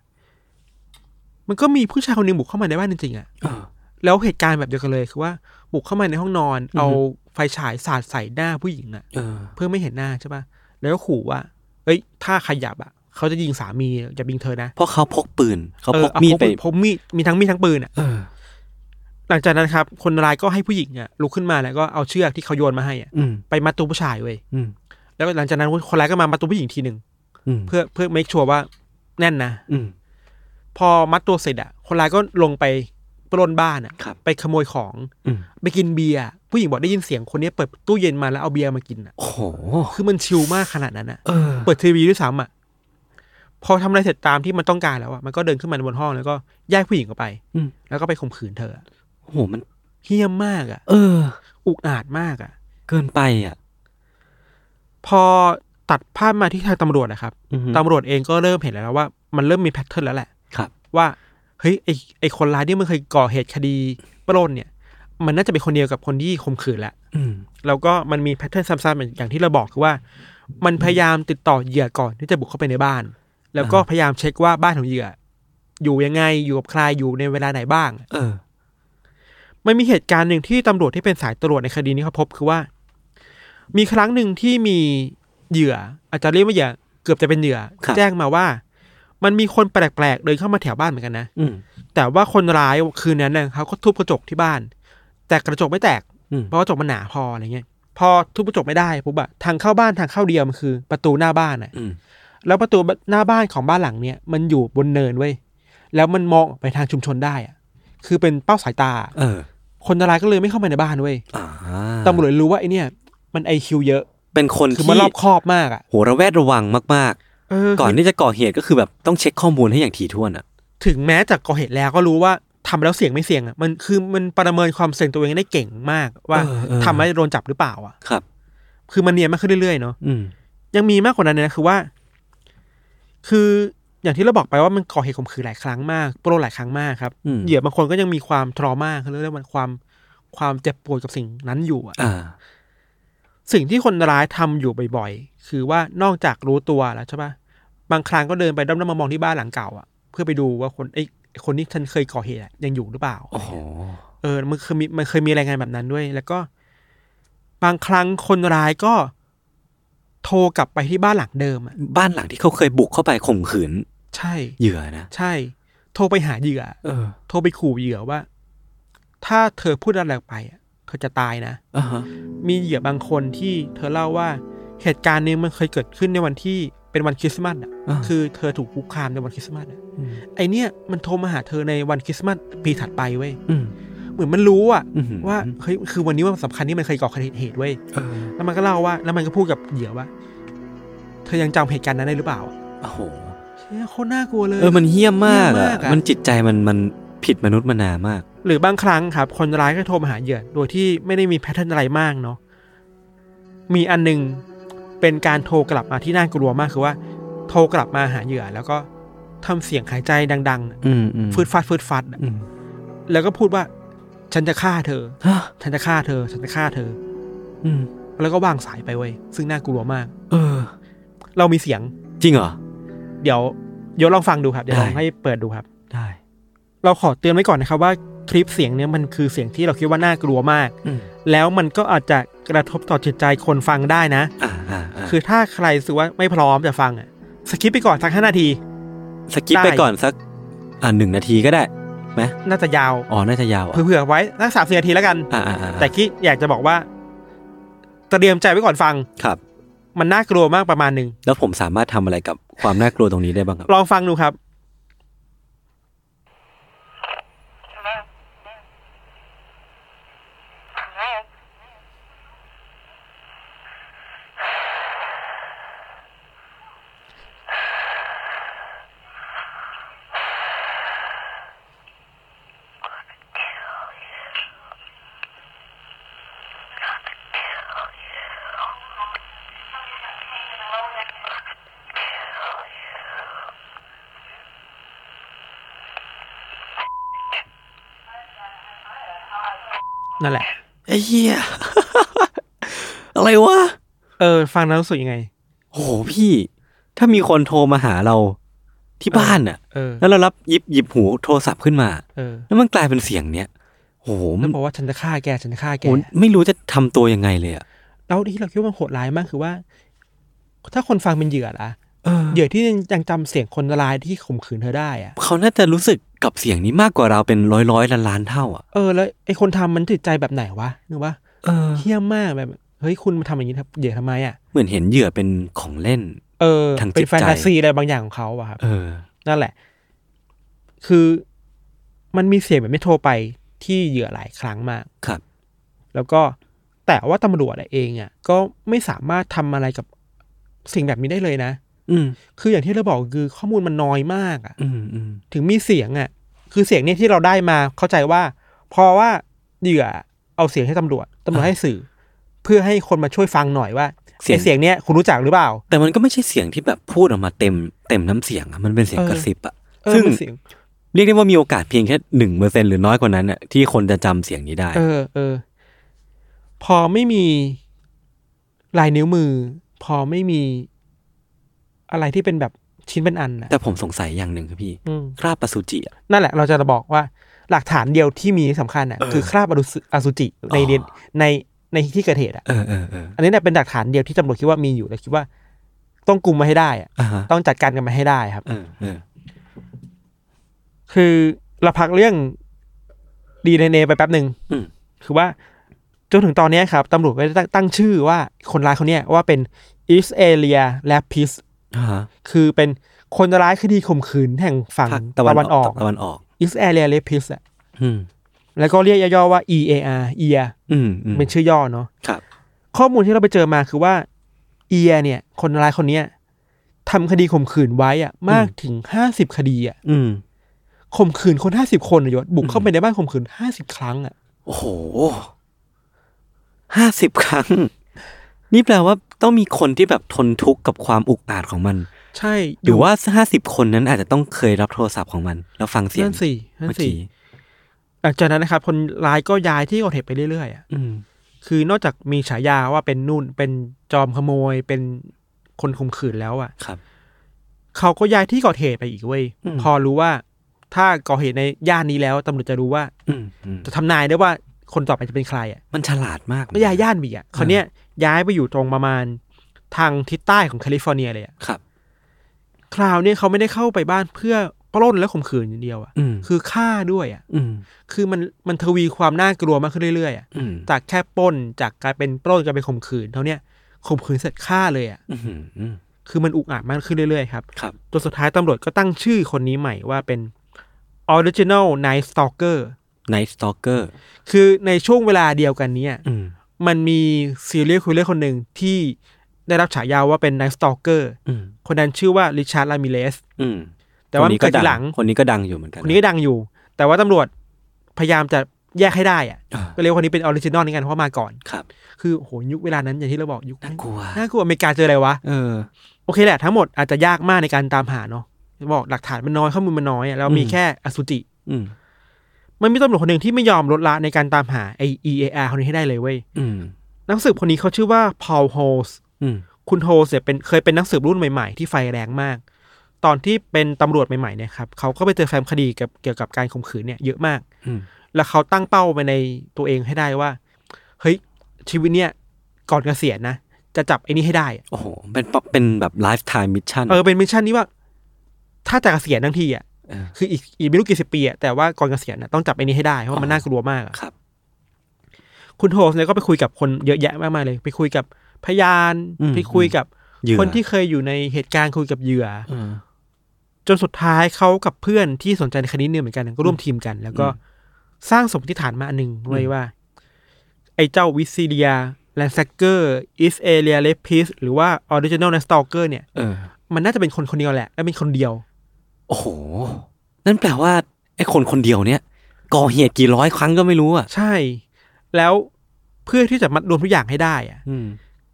S3: มันก็มีผู้ชายคนหนึ่งบุกเข้ามาในบ้านจริงๆอ่ะ
S2: อ่า
S3: แล้วเหตุการณ์แบบเดียวกันเลยคือว่า บุกเข้ามาในห้องนอน
S2: อือฮึ
S3: เอาไฟฉายสาดใส่หน้าผู้หญิงอ่ะ
S2: เออ
S3: เพื่อไม่เห็นหน้าใช่ปะแล้วก็ขู่ว่า เอ้ย ถ้าขยับอ่ะ เขาจะยิงสามีจะยิงเธอนะ
S2: เพราะเขาพกปืน เขา
S3: เอ
S2: พ
S3: อก
S2: มีดไป
S3: เอพกมีดมีทั้งมีดทั้งปืนอ่ะ
S2: เออ
S3: หลังจากนั้นครับ คนร้ายก็ให้ผู้หญิงอ่ะลุกขึ้นมาแล้วก็เอาเชือกที่เขาโยนมาให้อ่ะ
S2: อืม
S3: ไปมัดตัวผู้ชายเว้ย
S2: อืม
S3: แล้วหลังจากนั้นคนร้ายก็มามัดตัวผู้หญิงทีหนึ่ง
S2: อืม
S3: เพื่อเพื่อ make sure ว่าแน่นนะ
S2: อืม
S3: พอมัดตัวเสร็จอ่ะ คนร้ายก็ลงไปปล้นบ้านอ่ะ
S2: ครับ
S3: ไปขโมยของ
S2: อืม
S3: ไปกินเบียร์ ผู้หญิงบอกได้ยินเสียงคนนี้เปิดตู้เย็นมาแล้วเอาเบียร์มากินอ่ะ
S2: โอ้โห
S3: คือมันชิลมากขนาดนั้นอ่ะ
S2: เออ
S3: เปิดทีวีด้วยซ้ำอ่ะ พอทำอะไรเสร็จตามที่มันต้องการแล้วอ่ะ มันก็เดินขึ้นมาบนห้องแล้วก็แยกผู้หญิงออกไป
S2: อืม
S3: แล้วก็ไปข่มขืนเธออะ
S2: โอ้โห มัน
S3: เฮี้ยมมากอ่ะ
S2: เออ
S3: อุกอาจมากอ่ะ
S2: เกินไปอ่ะ
S3: พอตัดภาพมาที่ทางตำรวจนะครับ
S2: อือฮึ
S3: ตำรวจเองก็เริ่มเห็นแล้วว่า มันเริ่มมีแพทเทิร์นแล้วแหละ
S2: ครับ
S3: ว่าเฮ้ยไอไอคนร้ายที่มันเคยก่อเหตุคดีปล้นเนี่ย มันน่าจะเป็นคนเดียวกับคนที่ข่มขืนแหละ
S2: อืม
S3: แล้วก็มันมีแพทเทิร์นซ้ำๆเหมือนอย่างที่เราบอกคือว่า มันพยายามติดต่อเหยื่อก่อนที่จะบุกเข้าไปในบ้าน แล้วก็พยายามเช็คว่าบ้านของเหยื่อ อยู่ยังไงอยู่กับใครอยู่ในเวลาไหนบ้าง
S2: เออ
S3: มันมีเหตุการณ์หนึ่งที่ตำรวจที่เป็นสายตรวจในคดีนี้เขาพบคือว่า มีครั้งหนึ่งที่มีเหยื่อ อาจจะเรียกว่าเหยื่อเกือบจะเป็นเหยื่อ
S2: ครับ
S3: แจ้งมาว่า มันมีคนแปลกๆเดินเข้ามาแถวบ้านเหมือนกันนะ
S2: อืม
S3: แต่ว่าคนร้ายคืนนั้นน่ะเขาก็ทุบกระจกที่บ้าน แต่กระจกไม่แตก
S2: อืม
S3: เพราะกระจกมันหนาพออะไรเงี้ยพอทุบกระจกไม่ได้ปุ๊บอะทางเข้าบ้านทางเข้าเดียวมันคือ ประตูหน้าบ้านน่ะ
S2: อืม
S3: แล้วประตูหน้าบ้านของบ้านหลังเนี้ยมันอยู่บนเนินเว้ยแล้วมันมองออกไปทางชุมชนได้อะคือเป็นเป้าสายตา
S2: เออ
S3: คนร้ายก็เลยไม่เข้ามาในบ้านเว้ย
S2: อ่า
S3: ตำรวจเลยรู้ว่าไอเนี่ย มันไอคิวเยอะ
S2: เป็นคน
S3: คือ
S2: ที่
S3: มันรอบคอบมากอ่ะ
S2: โหระแวดระวังมาก ๆ ก่อนที่จะก่อเหตุก็คือแบบต้องเช็คข้อมูลให้อย่างถี่ถ้วนอ่ะ
S3: ถึงแม้จะก่อเหตุแล้วก็รู้ว่าทำแล้วเสี่ยงไม่เสี่ยงอ่ะ มันคือมันประเมินความเสี่ยงตัวเองได้เก่งมาก ว่า
S2: เออเออ
S3: ทำแล้วจะโดนจับหรือเปล่าอ่ะ
S2: ครับ
S3: คือมันเนียนมากขึ้นเรื่อยๆเนาะ
S2: อืม
S3: ยังมีมากกว่านั้นนะคือว่า คืออย่างที่เราบอกไปว่ามันก่อเหตุข่มขืนหลายครั้งมากปล้นหลายครั้งมากครับ
S2: อืม
S3: เหยื่อบางคนก็ยังมีความทรมาเขาเรียกว่าความความเจ็บปวดกับสิ่งนั้นอยู่อ่ะ
S2: อ่า
S3: สิ่งที่คนร้ายทำอยู่บ่อยๆ คือว่านอกจากรู้ตัวแล้วใช่ปะบางครั้งก็เดินไปด้อมๆมองๆที่บ้านหลังเก่าอ่ะ เพื่อไปดูว่าคนไอ้ยคนที่ฉันเคยก่อเหตุอะยังอยู่หรือเปล่า
S2: โอ้โห
S3: เออ มันเคยมีมันเคยมีรายงานแบบนั้นด้วย แล้วก็ บางครั้งคนร้ายก็ โทรกลับไปที่บ้านหลังเดิมอ่ะ
S2: บ้านหลังที่เขาเคยบุกเข้าไปข่มขืน
S3: ใช่
S2: เหยื่อนะ
S3: ใช่ โทรไปหาเหยื่อ
S2: เออ
S3: โทรไปขู่เหยื่อว่า ถ้าเธอพูดอะไรออกไปอะเธอจะตายนะ
S2: อ่าฮะ
S3: มีเหยื่อบางคนที่เธอเล่าว่าเหตุการณ์หนึงมันเคยเกิดขึ้นในวันที่เป็นวันคริสต์มาสอ่ะ
S2: อ่า
S3: คือเธอถูกคุกคามในวันคริสต์มาสอะไอเนี้ยมันโทรมาหาเธอในวันคริสต์มาสปีถัดไปเว้ย
S2: อืม
S3: เหมือนมันรู้อ่ะ
S2: อื้อหือ
S3: ว่าเฮ้ยคือวันนี้วันสำคัญที่มันเคยก่อเหตุเว้ย
S2: เออ
S3: แล้วมันก็เล่าว่า แล้วมันก็พูดกับเหยื่อว่า เธอยังจำเหตุการณ์นั้นได้หรือเปล่า
S2: โอ้โห
S3: เชี่ยโคตรน่ากลัวเลย
S2: เออ มันเหี้ยมมากอ่ะ
S3: เหี้ยมากอะ
S2: มันจิตใจมันมันผิดมนุษย์มนามาก
S3: หรือบางครั้งครับ คนร้ายก็โทรมาหาเหยื่อโดยที่ไม่ได้มีแพทเทิร์นอะไรมากเนาะมีอันหนึงเป็นการโทรกลับมาที่น่ากลัวมากคือว่า โทรกลับมาหาเหยื่อ แล้วก็ทำเสียงหายใจดัง
S2: อืมอืม
S3: ๆฟืดฟัดฟืดฟัดอะ
S2: อืม
S3: แล้วก็พูดว่า ฉันจะฆ่าเธอ
S2: ฮะ
S3: ฉันจะฆ่าเธอ ฉันจะฆ่าเธอ
S2: อืม
S3: แล้วก็วางสายไปเว้ยซึ่งน่ากลัวมาก
S2: เออ
S3: เรามีเสียง
S2: จริงเหรอ
S3: เดี๋ยวเดี๋ยวลองฟังดูครับเดี๋ยวลอง
S2: ได้
S3: ให้เปิดดูครับ
S2: ได้
S3: เราขอเตือนไว้ก่อนนะครับว่าคลิปเสียงเนี้ยมันคือเสียงที่เราคิดว่าน่ากลัวมาก
S2: อืม
S3: แล้วมันก็อาจจะกระทบต่อจิตใจคนฟังได้นะ
S2: อ่าอ่าอ่า
S3: คือถ้าใครรู้สึกว่าไม่พร้อมจะฟังอ่ะสกิปไปก่อนสักห้านาที
S2: สกิป
S3: ได้
S2: ไปก่อนสัก อ่าหนึ่งนาทีก็ได้ไหม
S3: น่าจะยาว
S2: อ๋อ น่าจะยาวอ่ะ
S3: เผื่อๆไว้สักสามสิบนาทีแล้วกัน
S2: อ่าอ่าอ่า
S3: แต่คิดอยากจะบอกว่าเตรียมใจไว้ก่อนฟัง
S2: ครับ
S3: มันน่ากลัวมากประมาณหนึ่ง
S2: แล้วผมสามารถทำอะไรกับความน่ากลัวตรงนี้ได้บ้างครับ
S3: ลองฟังดูครับ
S4: Hello.
S3: นั่นแหละ
S2: ไอ้เหี้ย อะไรวะ
S3: เออ ฟังแล้วรู้สึกยังไง
S2: โอ้โหพี่ ถ้ามีคนโทรมาหาเราที่บ้านน่ะ
S3: เออ
S2: แล้วเรารับหยิบหยิบหูโทรศัพท์ขึ้นมา
S3: เออ
S2: แล้วมันกลายเป็นเสียงเนี้ยโอ้โหมั
S3: แล้วน บอกว่าฉันจะฆ่าแก ฉันจะฆ่าแก
S2: โอ้โหไม่รู้จะทำตัวยังไงเลยอะ
S3: แล้วที่เราคิดว่ามันโหดร้ายมากคือว่า ถ้าคนฟังเป็นเหยื่อละ
S2: เออ
S3: เหยื่อที่ยังจำเสียงคนร้ายที่ข่มขืนเธอได้อะ
S2: เขาน่าจะรู้สึกกับเสียงนี้มากกว่าเราเป็นร้อยร้อยๆล้านล้านๆเท่าอ่ะ
S3: เออแล้วไอ้คนทำมันจิตใจแบบไหนวะนึกว่า
S2: เออ
S3: เฮี้ยมมากแบบเฮ้ยคุณมาทำอย่างนี้ครับเหยื่อทำไมอ่ะ
S2: เหมือนเห็นเหยื่อเป็นของเล่น
S3: เออ
S2: ทางจิตใจ
S3: เป็นแฟนตาซีอะไรบางอย่างของเขาอะครับ
S2: เออ
S3: นั่นแหละ คือมันมีเสียงแบบไม่โทรไปที่เหยื่อหลายครั้งมาก
S2: ครับ
S3: แล้วก็แต่ว่าตำรวจเองอ่ะก็ไม่สามารถทำอะไรกับสิ่งแบบนี้ได้เลยนะ
S2: อืม
S3: คืออย่างที่เราบอกคือข้อมูลมันน้อยมากอ่ะ
S2: อืมอืม
S3: ถึงมีเสียงอ่ะ คือเสียงเนี่ยที่เราได้มาเข้าใจว่า เพราะว่าเหยื่อเอาเสียงให้ตำรวจตำรวจให้สื่อ เพื่อให้คนมาช่วยฟังหน่อยว่าไอ้เสียงเนี้ยคุณรู้จักหรือเปล่า
S2: แต่มันก็ไม่ใช่เสียงที่แบบพูดออกมาเต็มเต็มน้ำเสียงอะมันเป็นเสียง
S3: เออ
S2: กระซิบอ่ะ
S3: เออ
S2: ซึ่ง
S3: มันเสียง
S2: เรียกได้ว่ามีโอกาสเพียงแค่หนึ่งเปอร์เซ็นหรือน้อยกว่านั้นน่ะที่คนจะจำเสียงนี้ได้
S3: เออเออ พอไม่มีลายนิ้วมือ พอไม่มีอะไรที่เป็นแบบชิ้นเป็นอันนะ
S2: แต่ผมสงสัยอย่างหนึ่งคือพี่
S3: อืม
S2: คราบปลาสุจิอะ
S3: นั่นแหละเราจะบอกว่าหลักฐานเดียวที่มีสำคัญอ่ะ
S2: เออ
S3: คือคราบอรุสุอสุจิใน
S2: อ๋อ
S3: เดนในในที่เกิดเหตุอ่ะ
S2: เออเออเออ
S3: อันนี้เนี่ยเป็นหลักฐานเดียวที่ตำรวจคิดว่ามีอยู่และคิดว่า ต้องกลุ่มมาให้ได้อ่ะ
S2: อ่าฮะ
S3: ต้องจัดการกันมาให้ได้ครับ
S2: เออเออ
S3: คือเราพักเรื่องดีเนไปแป๊บหนึ่ง
S2: อืม
S3: คือว่าจนถึงตอนเนี้ยครับตำรวจก็ได้ตั้งตั้งชื่อว่าคนร้ายคนเนี้ยว่าเป็นอิสเอเลียและพิส
S2: อ่าฮะ
S3: คือเป็นคนร้ายคดีข่มขืนแห่งฝั่ง
S2: ภาค
S3: ตะวันออก
S2: ตะวันออก
S3: อิสเอเลียและพิสอ่ะ
S2: อืม
S3: แล้วก็เรียกย่อๆว่า EAR เอีย
S2: อืมอืม
S3: เป็นชื่อย่อเนาะ
S2: ครับ
S3: ข้อมูลที่เราไปเจอมาคือว่า เอียเนี่ย คนร้ายคนเนี้ยทำคดีข่มขืนไว้อะมากถึงห้าสิบคดีอะ
S2: อืม
S3: ข่มขืนคนห้าสิบคนอะยศบุกเข้าไปในบ้านข่มขืนห้าสิบครั้งอะ
S2: โอ้โหห้าสิบครั้ง นี่แปลว่าต้องมีคนที่แบบทนทุกข์กับความอุกอาจของมัน
S3: ใช่
S2: หรือว่าห้าสิบคนนั้นอาจจะต้องเคยรับโทรศัพท์ของมัน แล้วฟังเสียง
S3: นั่นสินั่น
S2: เมื่อ
S3: สิ
S2: กี้
S3: หลังจากนั้นนะครับ คนร้ายก็ย้ายที่ก่อเหตุไปเรื่อยๆอะ
S2: อืม
S3: คือนอกจากมีฉายาว่าเป็นนุ่นเป็นจอมขโมยเป็นคนข่มขืนแล้วอะ
S2: ครับ
S3: เขาก็ย้ายที่ก่อเหตุไปอีกเว้ย
S2: อืม
S3: พอรู้ว่า ถ้าก่อเหตุในย่านนี้แล้วตำรวจจะรู้ว่า
S2: อืมอืม
S3: จะทำนายได้ว่าคนต่อไปจะเป็นใครอ่ะ
S2: มันฉลาดมากเหมือ
S3: ก็
S2: นกั
S3: ย้ายย่านบีอ่ะเขาวเนี้ยย้ายไปอยู่ตรงประมาณทางทิศใต้ของแคลิฟอร์เนียเลยอ่ะ
S2: ครับ
S3: คราวเนี้ยเขาไม่ได้เข้าไปบ้านเพื่อปล้นและข่มขืนอย่างเดียวอ่ะ
S2: อืม
S3: คือฆ่าด้วยอ่ะ
S2: อืม
S3: คือมันมันทวีความน่ากลัวมากขึ้นเรื่อยๆอ่ะ
S2: อืม
S3: จากแค่ปล้นจากกลายเป็นปล้นกลายเป็นข่มขืนเท่าเนี้ยข่มขืนเสร็จฆ่าเลยอ่ะ
S2: อื้อหือ
S3: คือมันอุกอาจมากขึ้นเรื่อยๆครับ
S2: ครับ
S3: จนสุดท้ายตำรวจก็ตั้งชื่อคนนี้ใหม่ว่าเป็น original night stalker
S2: Night Stalker
S3: คือในช่วงเวลาเดียวกันเนี้ย
S2: อืม
S3: มันมีซีเรียลคิลเลอร์คนหนึ่งที่ได้รับฉายาว่าเป็นไนท์สตอเกอร์
S2: อืม
S3: คนนั้นชื่อว่าริชาร์ดลามิเลส
S2: อืม
S3: แต่ว่า
S2: คน
S3: มัน
S2: นี้ก็
S3: เกิดทีหลัง
S2: คนนี้ก็ดังอยู่เหมือนกัน
S3: คนนี้ก็ดังอยู่ แต่ว่าตำรวจพยายามจะแยกให้ได้อะ
S2: อ่า
S3: ก็เรียกว่าคนนี้เป็นออริจินอลในการเพราะมาก่อน
S2: ครับ
S3: คือโหยุคเวลานั้นอย่างที่เราบอกยุค
S2: น่ากลัว
S3: น่ากลัวอเมริกาเจออะไรวะ
S2: เออ
S3: โอเคแหละทั้งหมดอาจจะยากมากในการตามหาเนาะบอกหลักฐานมันน้อยข้อมูลมันน้อยอะแล้วมี
S2: อืม
S3: แค่อสุจิ
S2: อืม
S3: มันมีตำรวจคนหนึ่งที่ไม่ยอมลดละในการตามหาไอเออาร์คนนี้ให้ได้เลยเว้ย
S2: อืม
S3: นักสืบคนนี้เขาชื่อว่าพอลโฮส
S2: อืม
S3: คุณโฮสเนี่ยเป็นเคยเป็นนักสืบรุ่นใหม่ๆ ที่ไฟแรงมาก ตอนที่เป็นตำรวจใหม่ๆเนี่ยครับเขาก็ไปเจอแฟ้มคดีเกี่ยวเกี่ยวกับการข่มขืนเนี่ยเยอะมาก
S2: อืม
S3: แล้วเขาตั้งเป้าไปในตัวเองให้ได้ว่า เฮ้ย ชีวิตเนี่ยก่อนเกษียณนะ จะจับไอ้นี่ให้ได้อะ
S2: โอ้โห เป็นปะเป็นแบบไลฟ์ไทม์มิชชั่น
S3: เออเป็นมิชชั่นนี้ว่า ถ้าจะเกษียณทั้งทีอ่ะคืออีกอีกไม่รู้กี่สิบปีอ่ะแต่ว่าก่อนเกษียณนะต้องจับไอ้นี่ให้ได้เพราะว่ามันน่ากลัวมากอะ
S2: ครับ
S3: คุณโฮสเนี่ยก็ไปคุยกับคนเยอะแยะมากมายเลย ไปคุยกับพยาน
S2: อืม
S3: ไปคุยกับ
S2: เหยื่อ
S3: คนที่เคยอยู่ในเหตุการณ์คุยกับเหยื่อ
S2: เออ
S3: จนสุดท้ายเขากับเพื่อนที่สนใจในคดีนี้เหมือนกันก็ร่วมทีมกัน แล้วก็สร้างสมมติฐานมาอันหนึ่งไว้ว่า ไอ้เจ้าวิซิเลียแลนแซกเกอร์อิสเอเลียเลพิสหรือว่าออริจินอลแลนสตอเกอร์เนี่ย
S2: เออ
S3: มันน่าจะเป็นคนคนเดียวแหละ และเป็นคนเดียว
S2: โอ้โห นั่นแปลว่าไอ้คนคนเดียวเนี้ยก่อเหตุกี่ร้อยครั้งก็ไม่รู้อ่ะ
S3: ใช่ แล้วเพื่อที่จะมัดรวมทุกอย่างให้ได้อะ
S2: อืม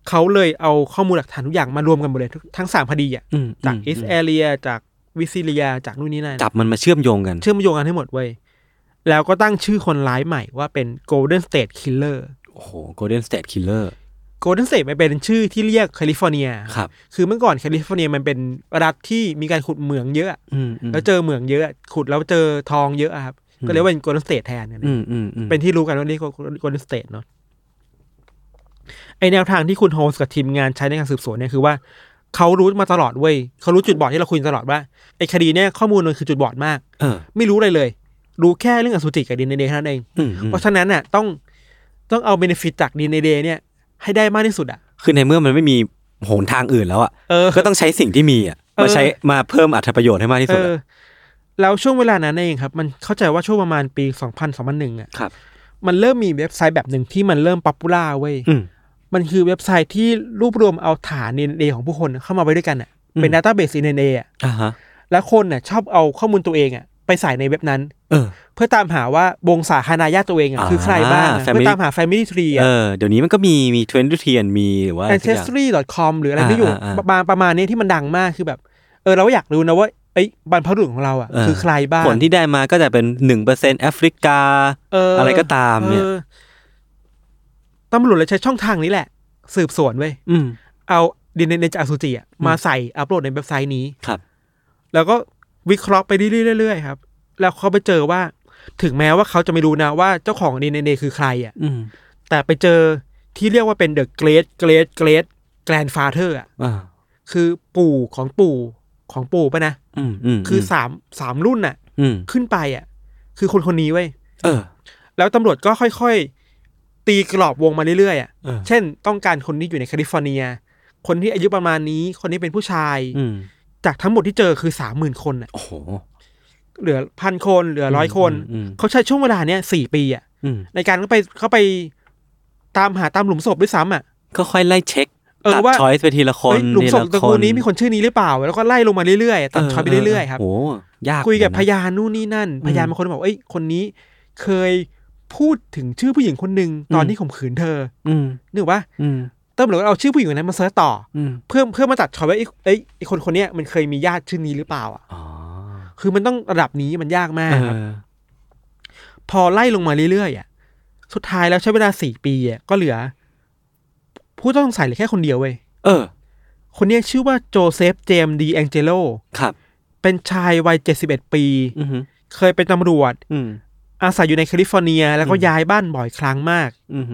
S3: เขาเลยเอาข้อมูลหลักฐานทุกอย่างมารวมกันหมดเลยทุกทั้งสามคดีอ่ะ
S2: อืม
S3: จาก
S2: ม
S3: อิสเอเลียจากวิซิเลียจากนู่นนี่นั่น
S2: จับมันมาเชื่อมโยงกัน
S3: เชื่อมโยงกันให้หมดเว้ย แล้วก็ตั้งชื่อคนร้ายใหม่ว่าเป็น Golden State Killer
S2: โอ้โห Golden State Killer
S3: Golden State มันเป็นชื่อที่เรียกแคลิฟอร์เนีย
S2: ครับ
S3: คือเมื่อก่อนแคลิฟอร์เนียมันเป็นรัฐที่มีการขุดเหมืองเยอะ
S2: อืม
S3: แล้วเจอเหมืองเยอะ ขุดแล้วเจอทองเยอะอะครับ ก็เรียกว่าเป็น Golden State แทนเนี่ยนะ
S2: อืมอืมอืม
S3: เป็นที่รู้กันว่าเรียกว่า Golden State เนอะไอแนวทางที่คุณโฮมส์กับทีมงานใช้ในการสืบสวนเนี่ยคือว่า เขารู้มาตลอดเว้ยเขารู้จุดบอดที่เราคุยตลอดว่าไอคดีเนี่ยข้อมูลมันคือจุดบอดมาก
S2: เออ
S3: ไม่รู้อะไรเลย รู้แค่เรื่องอสุจิกับดีเนเดท่านั้นเอง
S2: อืมอืม
S3: เพราะฉะนั้นน่ะต้องต้องเอาเบนฟิตจากดีเนเดเนี่ย ให้ได้มากที่สุดอ่ะ
S2: คือในเมื่อมันไม่มีหนทางอื่นแล้วอ่ะ
S3: เออ
S2: ก็ต้องใช้สิ่งที่มีอ่ะ
S3: เออ
S2: มาใช้มาเพิ่มอัตประโยชน์ให้มากที่
S3: เอ
S2: สุด
S3: อ
S2: อะ
S3: แล้วช่วงเวลานั้นเองครับ มันเข้าใจว่าช่วงประมาณปี2000 2001อ่ะ
S2: ครับ
S3: มันเริ่มมีเว็บไซต์แบบหนึ่งที่มันเริ่มป๊อปปูล่าเว้ย
S2: อืม
S3: มันคือเว็บไซต์ที่รวบรวมเอาฐาน DNA ของผู้คนเข้ามาไว้ด้วยกันอ่ะ
S2: อืม
S3: เป็นดัตต้าเบส DNA อ่ะ
S2: อ่าฮะ
S3: แล้วคนน่ะชอบเอาข้อมูลตัวเองอ่ะไปใส่ในเว็บนั้น
S2: เออ
S3: เพื่อตามหาว่าวงสาคานาญาติตัวเองอ่ะ
S2: อ่า
S3: คือใครบ้างอะ
S2: family
S3: เพื่อตามหา Family Tree
S2: เอ
S3: อ่ะ
S2: อเดี๋ยวนี้มันก็มีมีเทรนด์เทียนมีหรือว่าอะไรสักอย่าง
S3: ancestry.com หรืออะไร
S2: อ่า
S3: ไม่อยู่
S2: อ่าอ่า
S3: ประมาณประมาณนี้ที่มันดังมากคือแบบ เออเราก็อยากรู้นะว่าไอ้ยบรรพบุรุษของเราอ่ะ
S2: เออ
S3: คือใครบ้าง
S2: ผลที่ได้มาก็จะเป็นหนึ่งเปอร์เซ็นแอฟริกา
S3: เอออะไร
S2: ก็ตามเนี่ย
S3: ออตำรวจเลยใช้ช่องทางนี้แหละ สืบสวนเว้ย
S2: อืม
S3: เอาดีเนจากอสุจิอ่ะมาใส่อัปโหลดในเว็บไซต์นี้
S2: ครับ
S3: แล้วก็วิเคราะห์ไปเรื่อยๆๆๆครับ แล้วเขาไปเจอว่า ถึงแม้ว่าเขาจะไม่รู้นะว่าเจ้าของดีเนคือใครอ่ะ
S2: อืม
S3: แต่ไปเจอที่เรียกว่าเป็นเดอะเกรดเกรดเกรดแกรนฟาเธอร์อ่ะ
S2: อ่า
S3: คือปู่ของปู่ของปู่ปะนะ
S2: อืมอืม
S3: คือสามสามรุ่นน่ะ
S2: อืม
S3: ขึ้นไปอ่ะ คือคนคนนี้เว้ย
S2: เออ
S3: แล้วตำรวจก็ค่อยๆ ตีกรอบวงมาเรื่อยๆอ่ะ
S2: เออ
S3: เช่นต้องการคนที่อยู่ในแคลิฟอร์เนีย คนที่อายุประมาณนี้ คนที่เป็นผู้ชาย
S2: อืม
S3: จากทั้งหมดที่เจอคือสามหมื่นคนอ่ะ
S2: โอ้โห
S3: เหลือพันคนเหลือร้อยคน
S2: อืมอืม
S3: เขาใช้ช่วงเวลาเนี้ยสี่ปีอ่ะ
S2: อืม
S3: ในการเขาไปเขาไปตามหาตามหลุมศพด้วยซ้ำอ่ะ
S2: ก็ค่อยไล่เช็ค
S3: เออ
S2: ตัด
S3: ว่า
S2: ช้อยส์ไปทีละคน
S3: เฮ้ยหลุมศพตระกูลนี้มี
S2: ทีะ
S3: คนชื่อนี้หรือเปล่า แล้วก็ไล่ลงมาเรื่อยๆตัดช้อยไปเรื่อยๆครับ
S2: โอ้โหยาก
S3: คุยกับ
S2: เห
S3: พ
S2: มือนกันนะ
S3: ยานนู่นนี่นั่น พยานบางคนบอกเอ้ยคนนี้เคยพูดถึงชื่อผู้หญิงคนหนึ่งตอน
S2: อืม
S3: ที่ข่มขืนเธอ
S2: อืม
S3: นึกว่า
S2: อืม
S3: ตำรวจก็เอาชื่อผู้หญิงคนนั้นมาเสิร์ชต่ออ
S2: อืม
S3: เพื่อเพื่อมาตัดช้อยว่าไอ้ไอ้ไอ้คนคนเนี้ยมันเคยมีญาติชื่อนี้หรือเปล่าอ่ะ
S2: อ๋อ
S3: คือมันต้องระดับนี้มันยากมาก
S2: เอ
S3: ครับ
S2: อ
S3: พอไล่ลงมาเรื่อยๆอ่ะ สุดท้ายแล้วใช้เวลาสี่ปีอ่ะก็เหลือ ผู้ต้องสงสัยเหลือแค่คนเดียวเว้ย
S2: เออ
S3: คนเนี้ยชื่อว่าโจเซฟเจมส์ดีแองเจโล
S2: ครับ
S3: เป็นชายวัยเจ็ดสิบเอ็ดปี
S2: อืม
S3: เคยเป็นตำรวจ
S2: อืม
S3: อาศัยอยู่ในแคลิฟอร์เนีย แล้วก็ย้ายบ้านบ่อยครั้งมาก
S2: อืม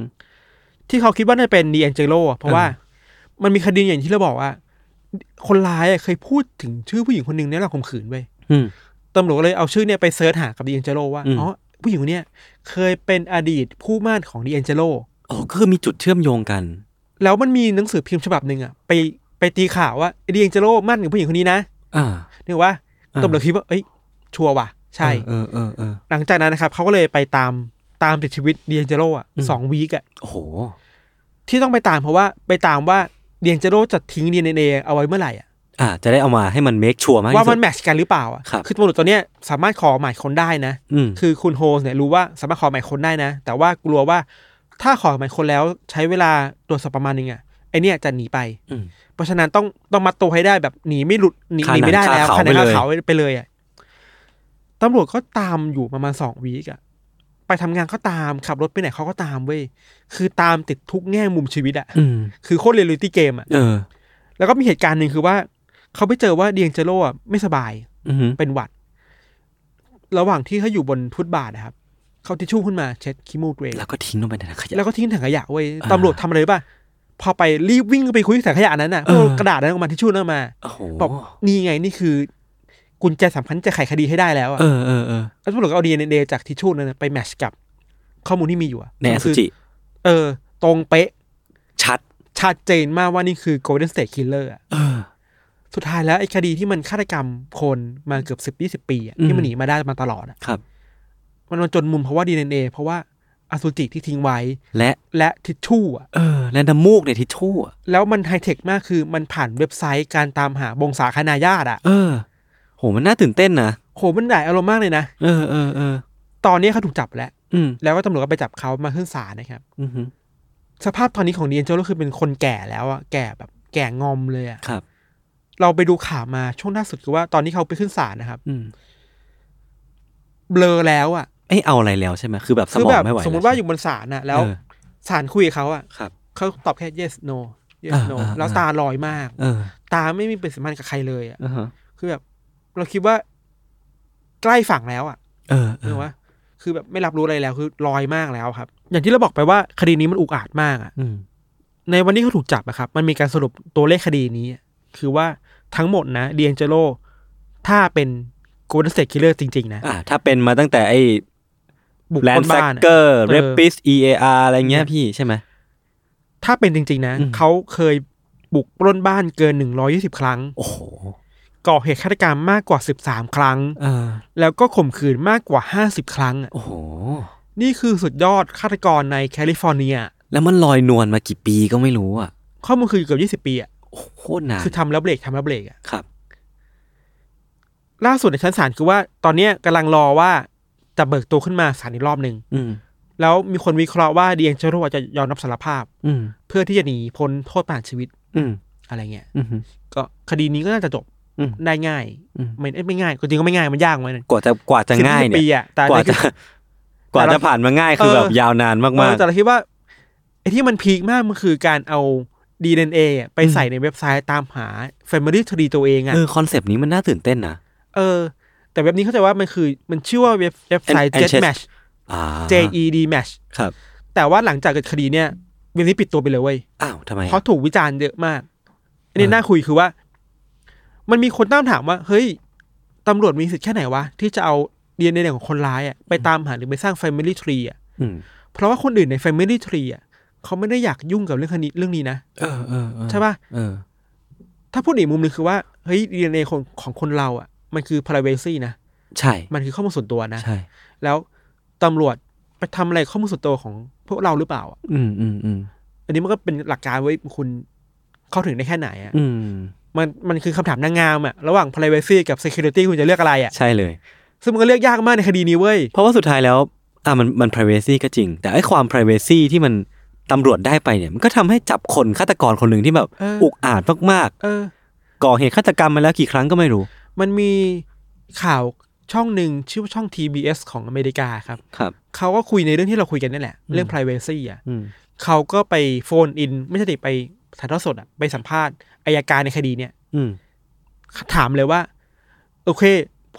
S3: ที่เขาคิดว่าน่าจะเป็นดีแองเจโลเพราะว่า
S2: เออ
S3: มันมีคดีอย่างที่เราบอกว่า คนร้ายอ่ะเคยพูดถึงชื่อผู้หญิงคนหนึ่งในเรื่องข่มขืนเว้ย
S2: อืม
S3: ตำรวจก็เลยเอาชื่อเนี่ยไปเซิร์ชหากับดีแองเจโลว่า
S2: อืม
S3: อ๋อ ผู้หญิงคนเนี่ยเคยเป็นอดีตผู้ม่านของดีแองเจโล
S2: โอ้ก็คือมีจุดเชื่อมโยงกัน
S3: แล้วมันมีหนังสือพิมพ์ฉบับหนึ่งอะไปไปตีข่าวว่าเดียงเจโร่มั่นกับผู้หญิงคนนี้นะ
S2: อ่า
S3: นึกว่า
S2: อ่า
S3: ตำรวจคิดว่าเอ้ย ชัวร์ว่ะ ใช่
S2: เออเออเออ
S3: หลังจากนั้นนะครับเขาก็เลยไปตามตามติดชีวิตเดียงเจโร่อะ
S2: อืม
S3: สองวีคอะ
S2: โอ้โห
S3: ที่ต้องไปตามเพราะว่าไปตามว่าเดียงเจโร่จะทิ้งดีเนเอเอาไว้เมื่อไหร่อะ
S2: อ่า จะได้เอามาให้มันเมคชัวร์มาก
S3: ว่า
S2: ที่สุ
S3: มั
S2: ด
S3: นแมทช์กันหรือเปล่าอะ
S2: ครับ
S3: อตำรวจตัวเนี้ยสามารถขอหมายค้นได้นะ
S2: อืม
S3: คือคุณโฮสเนี่ยรู้ว่าสามารถขอหมายค้นได้นะ แต่ว่ากลัวว่าถ้าขอหมายค้นแล้วใช้เวลาตรวจสอบประมาณนึงอะไอเนี่ยจะหนีไป
S2: อืม
S3: เพราะฉะนั้นต้องต้องมัดตัวให้ได้แบบหนีไม่หลุดหนี
S2: คา
S3: หนีไม่ได้แล้ว
S2: หนังคา
S3: คาหนังคา
S2: เขา
S3: เขาไปเลยอ่ะตำรวจก็ตามอยู่ประมาณสองวีกอ่ะไปทำงานก็ตามขับรถไปไหนเขาก็ตามเว้ยคือตามติดทุกแง่มุมชีวิตอ่ะ
S2: อืม
S3: คือโคตรเรียลลิตี้เกมอ่ะ
S2: เออ
S3: แล้วก็มีเหตุการณ์หนึ่งคือว่า เขาไปเจอว่าเดียงเจโร่อะไม่สบาย
S2: อืม
S3: เป็นหวัด ระหว่างที่เขาอยู่บนฟุตบาทนะครับเขาทิชชู่ขึ้นมาเช็ดขี้มูกตัวเอง
S2: แล้วก็ทิ้งลงไปในถังขยะ
S3: แล้วก็ทิ้งถังขยะเว้ย
S2: อ่า
S3: ตำรวจทำอะไรรู้ป่ะพอไปรีบวิ่งไปคุยกับถังขยะนั้นน่ะ
S2: เออ
S3: เอากระดาษนั้นออกมาทิชชู่นั้นออกมา
S2: โอ้โห
S3: บอกนี่ไงนี่คือ กุญแจสำคัญจะไขคดีให้ได้แล้วอะ
S2: เออเออเออ
S3: แล้วตำรวจก็เอาดีเอ็นเอจากทิชชู่นั้นนะไปแมทชกับข้อมูลที่มีอยู่อะ
S2: ในอสุ
S3: คือ
S2: จิ
S3: เออ ตรงเป๊ะ
S2: ชัด
S3: ชัดเจนมากว่านี่คือ Golden State Killer อะ
S2: เออ
S3: สุดท้ายแล้วไอ้คดีที่มันฆาตกรรมคนมาเกือบสิบยี่สิบปีอะ
S2: อืม
S3: ที่มันหนีมาได้มาตลอดอะ
S2: ครับ
S3: มันมาจนมุมเพราะว่าดีเอ็นเอเพราะว่าอสุจิที่ทิ้งไว้
S2: และ
S3: และทิชชู่อะ
S2: เออ และน้ำมูกในทิชชู่อะ
S3: แล้วมันไฮเทคมากคือมันผ่านเว็บไซต์การตามหาบงสาคนาญาติอะ
S2: เออ โห มันน่าตื่นเต้นนะ
S3: โหมันหลายอารมณ์มากเลยนะ
S2: เออเออเออ
S3: ตอนนี้เขาถูกจับแล้ว
S2: อืม
S3: แล้วก็ตำรวจก็ไปจับเขามาขึ้นศาลนะครับ
S2: อืม
S3: สภาพตอนนี้ของดีเอนเจโลคือเป็นคนแก่แล้วอะแก่แบบแก่งอมเลยอะ
S2: ครับ
S3: เราไปดูข่าวมาช่วงล่าสุดคือว่าตอนที่เขาไปขึ้นศาลนะครับ
S2: อืม
S3: เบลอแล้วอะ
S2: เอ้ยเอาอะไรแล้วใช่ไหมคือแบบส
S3: คือ
S2: มอ
S3: แบ
S2: ง
S3: บ
S2: ไม่ไหว
S3: สมมติว่า
S2: แล้
S3: อ
S2: ใช่
S3: ยู่
S2: ไห
S3: บนศาลน่ะ แล้ว
S2: เออ
S3: ศาลคุยกับเขาอ่ะ
S2: ครับ
S3: เขาตอบแค่ yes no
S2: อ่า
S3: yes no
S2: อ่า
S3: แล้วตาลอยมาก
S2: เออ
S3: ตาไม่มีปฏิสัมพันธ์กับใครเลยอ่ะ
S2: อ่าฮะ
S3: คือแบบ เราคิดว่า ใกล้ฝั่งแล้วอ่ะ
S2: เออเอ
S3: นึ
S2: อก
S3: ว่าคือแบบไม่รับรู้อะไรแล้วคือลอยมากแล้วครับ อย่างที่เราบอกไปว่าคดีนี้มันอุกอาจมากอะ
S2: อืม
S3: ในวันที่เขาถูกจับอะครับ มันมีการสรุปตัวเลขคดีนี้อะคือว่าทั้งหมดนะเดียงเจโลถ้าเป็นโกลเด้นสเตทคิลเลอร์จริง ๆ นะ
S2: อ่าถ้าเป็นมาตั้งแต่ไอ้
S3: บุก
S2: แล
S3: คน น
S2: ด์แซก
S3: บ้านอะ
S2: เกอร์
S3: เออ
S2: เรปปิสเออาร์อะไรเงี้ยพี่ใช่ไหม
S3: ถ้าเป็นจริง ๆ นะ
S2: อืม
S3: เขาเคยบุกปล้นบ้านเกิน 120 ครั้ง
S2: โอ้โห
S3: ก่อเหตุฆาตกรรมมากกว่า 13 ครั้ง
S2: เออ
S3: แล้วก็ข่มขืนมากกว่า 50 ครั้งอะ
S2: โอ้โห
S3: นี่คือสุดยอดฆาตกรในแคลิฟอร์เนีย
S2: แล้วมันลอยนวลมากี่ปีก็ไม่รู้อ่ะ
S3: ข้อมูลคือเกือบ20 ปีอะ
S2: โอ้โหโคตรนาน
S3: คือทำแล้วเบรกทำแล้วเบรกอะ
S2: ครับ
S3: ล่าสุดในชั้นศาลคือว่าตอนเนี้ยกำลังรอว่าจะเบิกตัวขึ้นมาศาลอีกรอบหนึ่ง
S2: อืม
S3: แล้วมีคนวิเคราะห์ว่าเดียงเจโรอาจจะยอมรับสารภาพ
S2: อืม
S3: เพื่อที่จะหนีพ้นโทษประหารชีวิต
S2: อืม
S3: อะไรเงี้ย
S2: อืม
S3: ก็คดีนี้ก็น่าจะจบ
S2: อืม
S3: ได้ง่าย
S2: อืม
S3: ไม่เอ้ยไม่ง่ายก็จริงก็ไม่ง่ายมันยากเหมือนกัน
S2: กว่าจะกว่าจะง่าย
S3: สิบปี
S2: เนี่ย
S3: อะแต่
S2: กว่า
S3: เนี่ยคื
S2: จะ
S3: อ
S2: กว่า
S3: แต่
S2: จะ
S3: เรา
S2: ผ่านมาง่ายคือ
S3: เออ
S2: แบบยาวนานมาก
S3: เอ
S2: มา
S3: อก แต่เราคิดว่าไอ้ที่มันพีคมากมันคือการเอาดีเอ็นเอะไปใส่ในเว็บไซต์ตามหา Family Tree ตัวเองอะ
S2: เออคอนเซปต์นี้มันน่าตื่นเต้นนะ
S3: เออ แต่เว็บนี้เข้าใจว่ามันคือมันชื่อว่าเว็บเว็บไซต์
S2: N- NCHES
S3: Jetmatch
S2: อ่า
S3: J E D Match
S2: ครับ
S3: แต่ว่าหลังจากเกิดคดีเนี่ยเว็บนี้ปิดตัวไปเลยเว้ย
S2: อ้าวทำไม
S3: เพ
S2: อะ
S3: ราะถูกวิจารณ์เยอะมาก อันนี้น่าคุยคือว่า มันมีคนตั้งคำถามว่า เฮ้ยตำรวจมีสิทธิ์แค่ไหนวะ ที่จะเอาดีเอ็นเอของคนร้ายอะไปตามหาหรือไปสร้าง Family Tree อะ
S2: อืม
S3: เพราะว่าคนอื่นใน Family Tree อะเขาไม่ได้อยากยุ่งกับเรื่องคดีเรื่องนี้นะ
S2: เออเออเออ
S3: ใช่ป่ะ
S2: เออ
S3: ถ้าพูดอีกมุมหนึ่งคือว่าเฮ้ยดีเอ็นเอของของคนเราอะมันคือ privacy นะ
S2: ใช่
S3: มันคือข้อมูลส่วนตัวนะ
S2: ใช่
S3: แล้วตำรวจไปทำอะไรข้อมูลส่วนตัวของพวกเราหรือเปล่าอะ
S2: อืมอืมอืม
S3: อันนี้มันก็เป็นหลักการไว้คุณเข้าถึงได้แค่ไหนอะ
S2: อืม
S3: มันมันคือคำถามนางงามอะระหว่าง privacy กับ security คุณจะเลือกอะไรอะ
S2: ใช่เลย
S3: ซึ่งมันก็เลือกยากมากในคดีนี้เว้ย
S2: เพราะว่าสุดท้ายแล้ว อ่ามันมัน privacy ก็จริง แต่ไอ้ความ privacy ที่มันตำรวจได้ไปเนี่ย มันก็ทำให้จับคนฆาตกรคนหนึ่งที่แบบ
S3: เอออุ
S2: อุกอาจมาก
S3: เออ
S2: ๆก่อเหตุฆาตกรรมมาแล้วกี่ครั้งก็ไม่รู้
S3: มันมีข่าวช่องหนึ่งชื่อว่าช่อง TBS ของอเมริกาครับ
S2: ครับ
S3: เขาก็คุยในเรื่องที่เราคุยกันนี่แหละ เรื่อง privacy อะ
S2: อืม
S3: เขาก็ไปโฟนอิน ไม่ใช่ดิไปถ่ายทอดสดอะไปสัมภาษณ์อายการในคดีเนี่ย
S2: อืม
S3: ถามเลยว่า โอเค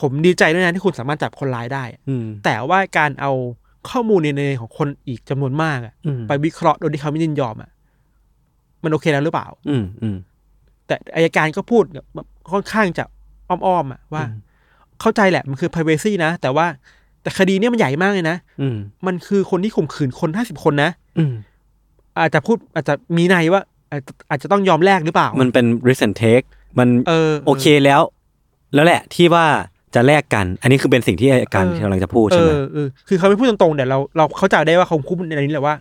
S3: ผมดีใจด้วยนะที่คุณสามารถจับคนร้ายได้อะ
S2: อืม
S3: แต่ว่าการเอาข้อมูลในในของคนอีกจำนวนมากอะ
S2: อืม
S3: ไปวิเคราะห์โดยที่เขาไม่ยินยอมอะมันโอเคแล้วหรือเปล่า
S2: อืมอืม
S3: แต่อายการก็พูดแบบค่อนข้างจะอ้อมๆอะว่า
S2: อืม
S3: เข้าใจแหละมันคือ privacy นะ แต่ว่าแต่คดีเนี่ยมันใหญ่มากเลยนะ
S2: อืม
S3: มันคือคนที่ข่มขืนคนห้าสิบคนนะ
S2: อืม
S3: อาจจะพูดอาจจะมีในยว่าอาจจะอาจจะต้องยอมแลกหรือเปล่า
S2: มั
S3: มัน
S2: เป็น risk and take มัน
S3: เออ
S2: โอเคแล้ว แล้วแหละที่ว่าจะแลกกัน อันนี้คือเป็นสิ่งที่อายการ
S3: เออ
S2: กำลังจะพูด
S3: เอ
S2: ใช่ไหม
S3: อเออคือเขาไม่พูดตรงๆแต่เราเราเข้าใจได้ว่าเขาพูดในนี้แหละว่า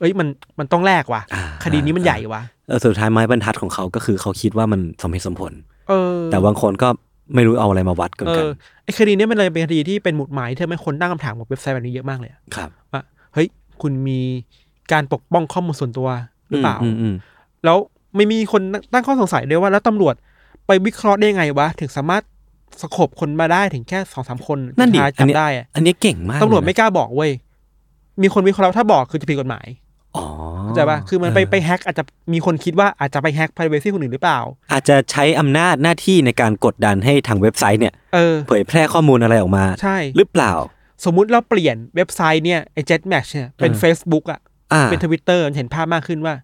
S3: เอ้ยมันมันต้องแลกว่ะ
S2: อ่า
S3: คดีนี้มันใหญ่ว่ะ
S2: เออสุดท้ายไม้บรรทัดของเขาก็คือเขาคิดว่ามันสมเหตุสมผล
S3: เออ
S2: แต่บางคนก็ไม่รู้เอาอะไรมาวัดกัน
S3: เอ
S2: กัน
S3: อไอคดีเนี้มันเลยเป็นคดีที่เป็นหมุดหมายที่ทำให้คนตั้งคำถามกับเว็บไซต์แบบนี้เยอะมากเลยอะ
S2: ครับ
S3: ว่าเฮ้ยคุณมีการปกป้องข้อมูลส่วนตัวหรือเปล่า
S2: มอืม
S3: แล้วไม่มีคนตั้งข้อสงสัยด้วยว่าแล้วตำรวจไปวิเคราะห์ได้ไงวะ ถึงสามารถสกบคนมาได้ถึงแค่สองสามคน
S2: นั่นดิ
S3: สุท้าย
S2: อันเนี้ย
S3: จำได้อะ
S2: อันเนี้ยเก่งมาก
S3: ตำรวจไม่
S2: เลยนะ
S3: กล้าบอกเว้ยมีคนวิเคราะห์ถ้าบอกคือจะผิดกฎหมาย
S2: อ๋อ
S3: เข้าใจป่ะคือมันไป
S2: เ
S3: ไปแฮกอาจจะมีคนคิดว่าอาจจะไปแฮก privacy คนอื่นหรือเปล่า
S2: อาจจะใช้อำนาจหน้าที่ในการกดดันให้ทางเว็บไซต์เนี่ย
S3: เออ
S2: เผยแพร่ข้อมูลอะไรออกมา
S3: ใช่
S2: หรือเปล่า
S3: สมมุติเราเปลี่ยนเว็บไซต์เนี่ยไอ้ Jetmatch เนี่ยเป็น
S2: เออ
S3: Facebook อะ
S2: อ่า
S3: เป็นทวิตเตอร์เห็นภาพมากขึ้นว่า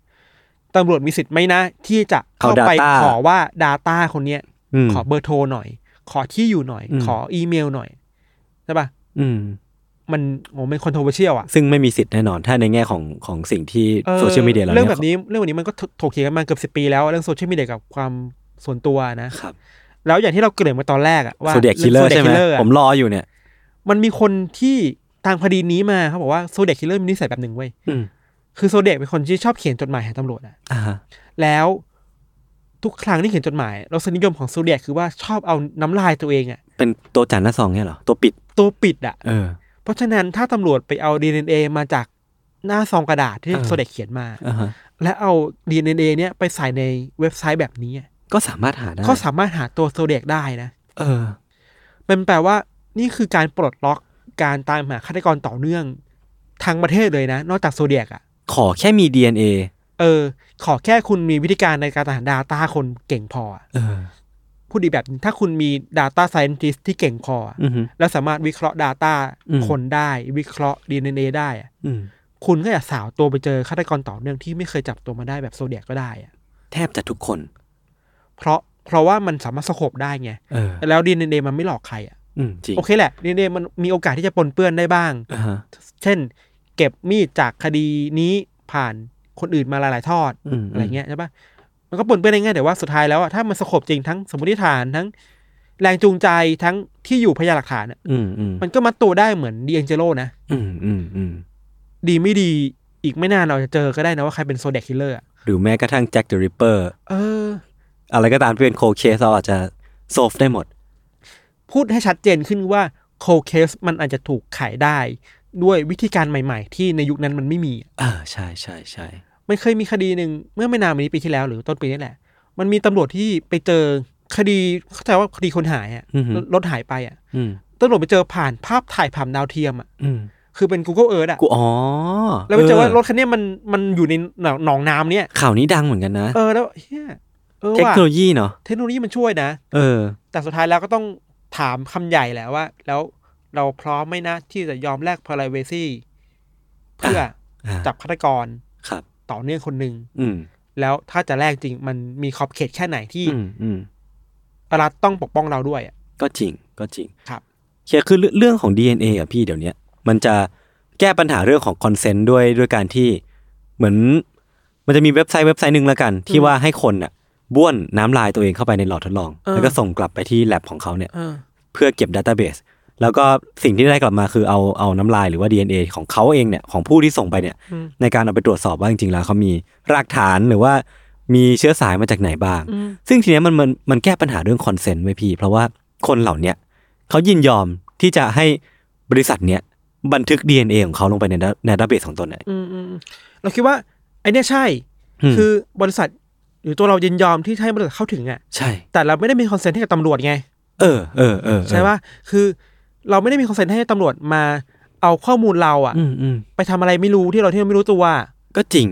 S3: ตำรวจมีสิทธิ์ไหมนะ ที่จะเข้า
S2: เอา data
S3: ไปขอว่า Data คนเนี้ย
S2: ม
S3: ขอเบอร์โทรหน่อย ขอที่อยู่หน่อย
S2: อืม
S3: ขออีเมลหน่อยใช่ปะ
S2: อืม
S3: มันโอ้เป็นคอนโทรเวอร์เชียลอะ
S2: ซึ่งไม่มีสิทธิ์แน่นอนถ้าในแง่ของของสิ่งที่โซเชียลมีเดียเรา
S3: เรื่อง
S2: ย
S3: แบบนี้เรื่องแบบนี้มันก็ถถกเถียงกันมาเกือบสิปีแล้ว เรื่องโซเชียลมีเดียกับความส่วนตัวนะ
S2: ครับ
S3: แล้วอย่างที่เราเกริ่นมาตอนแรกอะว่า
S2: โซเดียคิลเลอร์
S3: ง Zodiac
S2: ใช่ไหม
S3: Killer อะ
S2: ผมรออยู่เนี่ย
S3: มันมีคนที่ตามคดีนี้มาเขาบอกว่าโซเดียคิลเลอร์มีนิสัยแบบหนึ่งเว้ย
S2: อืม
S3: คือโซเดียเป็นคนที่ชอบเขียนจดหมายหาตำรวจอะ
S2: อ่าฮะ
S3: แล้วทุกครั้งที่เขียนจดหมายรสนิยมของโซเดียกคือว่าชอบเอาน้ำลายตัวเองอะ
S2: เป็นตัวจานหน้าซองเนี่ยเหรอ ตัวปิด
S3: ตัวปิดอะ
S2: เออ
S3: เพราะฉะนั้นถ้าตำรวจไปเอาดีเอ็นเอมาจากหน้าซองกระดาษที่
S2: เออ
S3: โซเดียกเขียนมา
S2: อ่าฮะ
S3: และเอาดีเอ็นเอเนี่ยไปใส่ในเว็บไซต์แบบนี้อะ
S2: ก็สามารถหาได้
S3: เขาสามารถหาตัวโซเดียกได้นะ
S2: เออ
S3: มันแปลว่านี่คือการปลดล็อก การตามหาฆาตกรต่อเนื่องทางประเทศเลยนะ นอกจากโซเดียกอ่ะ
S2: ขอแค่มี DNA
S3: เออ ขอแค่คุณมีวิธีการในการตามหาดาต้าคนเก่งพออะ
S2: เออ
S3: พูดดีแบบนี้ถ้าคุณมี Data Scientist ที่เก่งพออะ
S2: อือฮึ
S3: แล้วสามารถวิเคราะห์ Data
S2: อืม
S3: คนได้ วิเคราะห์ DNA ได้อะ
S2: อืม
S3: คุณก็อย่าสาวตัวไปเจอฆาตกรต่อเนื่องที่ไม่เคยจับตัวมาได้แบบโซเดียกก็ได้อะ
S2: แทบจะทุกคน
S3: เพราะเพราะว่ามันสามารถสโคบได้ไง
S2: เออ
S3: แล้ว DNA มันไม่หลอกใครอ่ะ
S2: อืมจริง
S3: โอเคแหละ DNA มันมีโอกาสที่จะปนเปื้อนได้บ้าง
S2: อ่าฮะ
S3: เช่น เก็บมีดจากคดีนี้ผ่านคนอื่นมาหลาย ๆ ทอด
S2: อืม
S3: อะไรเงี้ยใช่ปะมันก็ปนเปื้อนได้ง่ายแต่ว่าสุดท้ายแล้วอะถ้ามันสะกบจริงทั้งสมมติฐานทั้งแรงจูงใจทั้งที่อยู่พยานหลักฐานอะ
S2: อืมอืม
S3: มันก็มัดตัวได้เหมือนดีเอ็นเจโรนะ
S2: อืมอืมอืม
S3: ดีไม่ดีอีกไม่นานเราจะเจอก็ได้นะว่าใครเป็นโซเด็กคิลเลอร์อะ
S2: หรือแม้กระทั่งแจ็คเดอะริปเปอร์
S3: เออ
S2: อะไรก็ตามที่เป็นโคเคสเราอาจจะโซฟได้หมด
S3: พูดให้ชัดเจนขึ้นว่าโคเคสมันอาจจะถูกขายได้ ด้วยวิธีการใหม่ ๆ ที่ในยุคนั้นมันไม่มี
S2: อ่าใช่ใช่ใช่
S3: มันเคยมีคดีหนึ่งเมื่อไม่นานมานี้ปีที่แล้วหรือต้นปีนี่แหละ มันมีตำรวจที่ไปเจอคดีเข้าใจว่าคดีคนหายอะ
S2: อืมฮึ
S3: รถหายไปอะ
S2: อืม
S3: ตำรวจไปเจอผ่านภาพถ่ายผ่านดาวเทียมอะ
S2: อืม
S3: คือเป็น Google Earth อะ
S2: กูอ๋อ
S3: แล้วไปเจอว่า
S2: ออ
S3: รถคันเนี้ยมันมันอยู่ในหนองหนองน้ำเนี่ย
S2: ข่าวนี้ดังเหมือนกันนะ
S3: เออแล้วเฮียเออ
S2: เทค
S3: ว่ะ
S2: โนโลยีเนาะ
S3: เทคโนโลยีมันช่วยนะ
S2: เออ
S3: แต่สุดท้ายแล้วก็ต้องถามคำใหญ่แหละว่า แล้วเราพร้อมไหมนะ ที่จะยอมแลก privacy เพื่อ
S2: อ่า
S3: จับฆาตกร
S2: ครับ
S3: ต่อเนื่องคนหนึ่ง
S2: อืม
S3: แล้วถ้าจะแลกจริงมันมีขอบเขตแค่ไหนที่
S2: อืมอืม
S3: รัฐต้องปกป้องเราด้วยอะ
S2: ก็จริงก็จริง
S3: ครับ
S2: เคียคือเรื่องเรื่องของ DNA อ่ะพี่เดี๋ยวเนี้ย มันจะแก้ปัญหาเรื่องของคอนเซนต์ด้วยด้วยการที่เหมือน มันจะมีเว็บไซต์เว็บไซต์หนึ่งละกัน ที่ว่าให้คนอ่ะบ้วนน้ำลายตัวเองเข้าไปในหลอดทดลอง แล้วก็ส่งกลับไปที่แลบของเขาเนี่ย เพื่อเก็บดัต a b เบสแล้วก็สิ่งที่ได้กลับมาคือเอาเอาน้ำลายหรือว่า DNA ของเขาเองเนี่ยของผู้ที่ส่งไปเนี่ย ในการเอาไปตรวจสอบว่าจริงๆแล้วเขามีรากฐานหรือว่ามีเชื้อสายมาจากไหนบ้าง ซึ่งทีเนี้ยมันมันมันแก้ปัญหาเรื่องคอนเซนต์ไว้พี่ เพราะว่าคนเหล่าเนี้ยเขายินยอมที่จะให้บริษัทเนี้ยบันทึก DNA ของเขาลงไปในในดัตเตอร์เบสของตนเนี่ย
S3: อืมอืมอืมเราคิดว่าไอเนี้ยใช่
S2: อืม
S3: คือบริษัทหรือตัวเรายินยอมที่จะให้บริษัทเข้าถึงอะ
S2: ใช่
S3: แต่เราไม่ได้มีคอนเซนต์ให้กับตำรวจไง
S2: เออเออเออเออ
S3: ใช่ว่าคือเราไม่ได้มีคอนเซนต์ให้ตำรวจมาเอาข้อมูลเราอะ
S2: อืมอืม
S3: ไปทำอะไรไม่รู้ที่เราที่เราไม่รู้ตัวอะ
S2: ก็จริง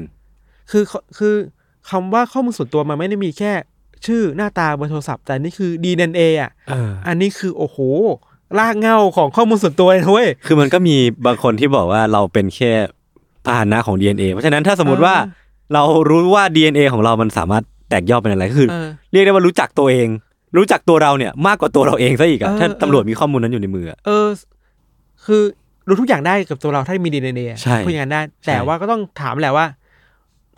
S3: คือคือคำว่าข้อมูลส่วนตัวมันไม่ได้มีแค่ ชื่อหน้าตาเบนโทรศัพท์ แต่นี่คือ DNA อ่ะ
S2: เออ
S3: อันนี้คือโอ้โหรากเหง้าของข้อมูลส่วนตัวเลยนะเว้ย
S2: คือมันก็มีบางคนที่บอกว่าเราเป็นแค่พาหนะของ DNA เพราะฉะนั้นถ้าสมมติว่า
S3: อ่า
S2: เรารู้ว่า DNA ของเรามันสามารถแตกย่อยเป็นอะไรก็คือ
S3: เออ
S2: เรียกได้ว่ารู้จักตัวเอง รู้จักตัวเราเนี่ยมากกว่าตัวเราเองซะอีกอะ
S3: เออ
S2: ถ้า
S3: เออ
S2: ตำรวจมีข้อมูลนั้นอยู่ในมืออะ
S3: เออ คือรู้ทุกอย่างได้กับตัวเราถ้ามี DNA อะ
S2: ใช่
S3: พูดอย่างนั้นได้
S2: ใช่
S3: แต่ว่าก็ต้องถามแหละว่า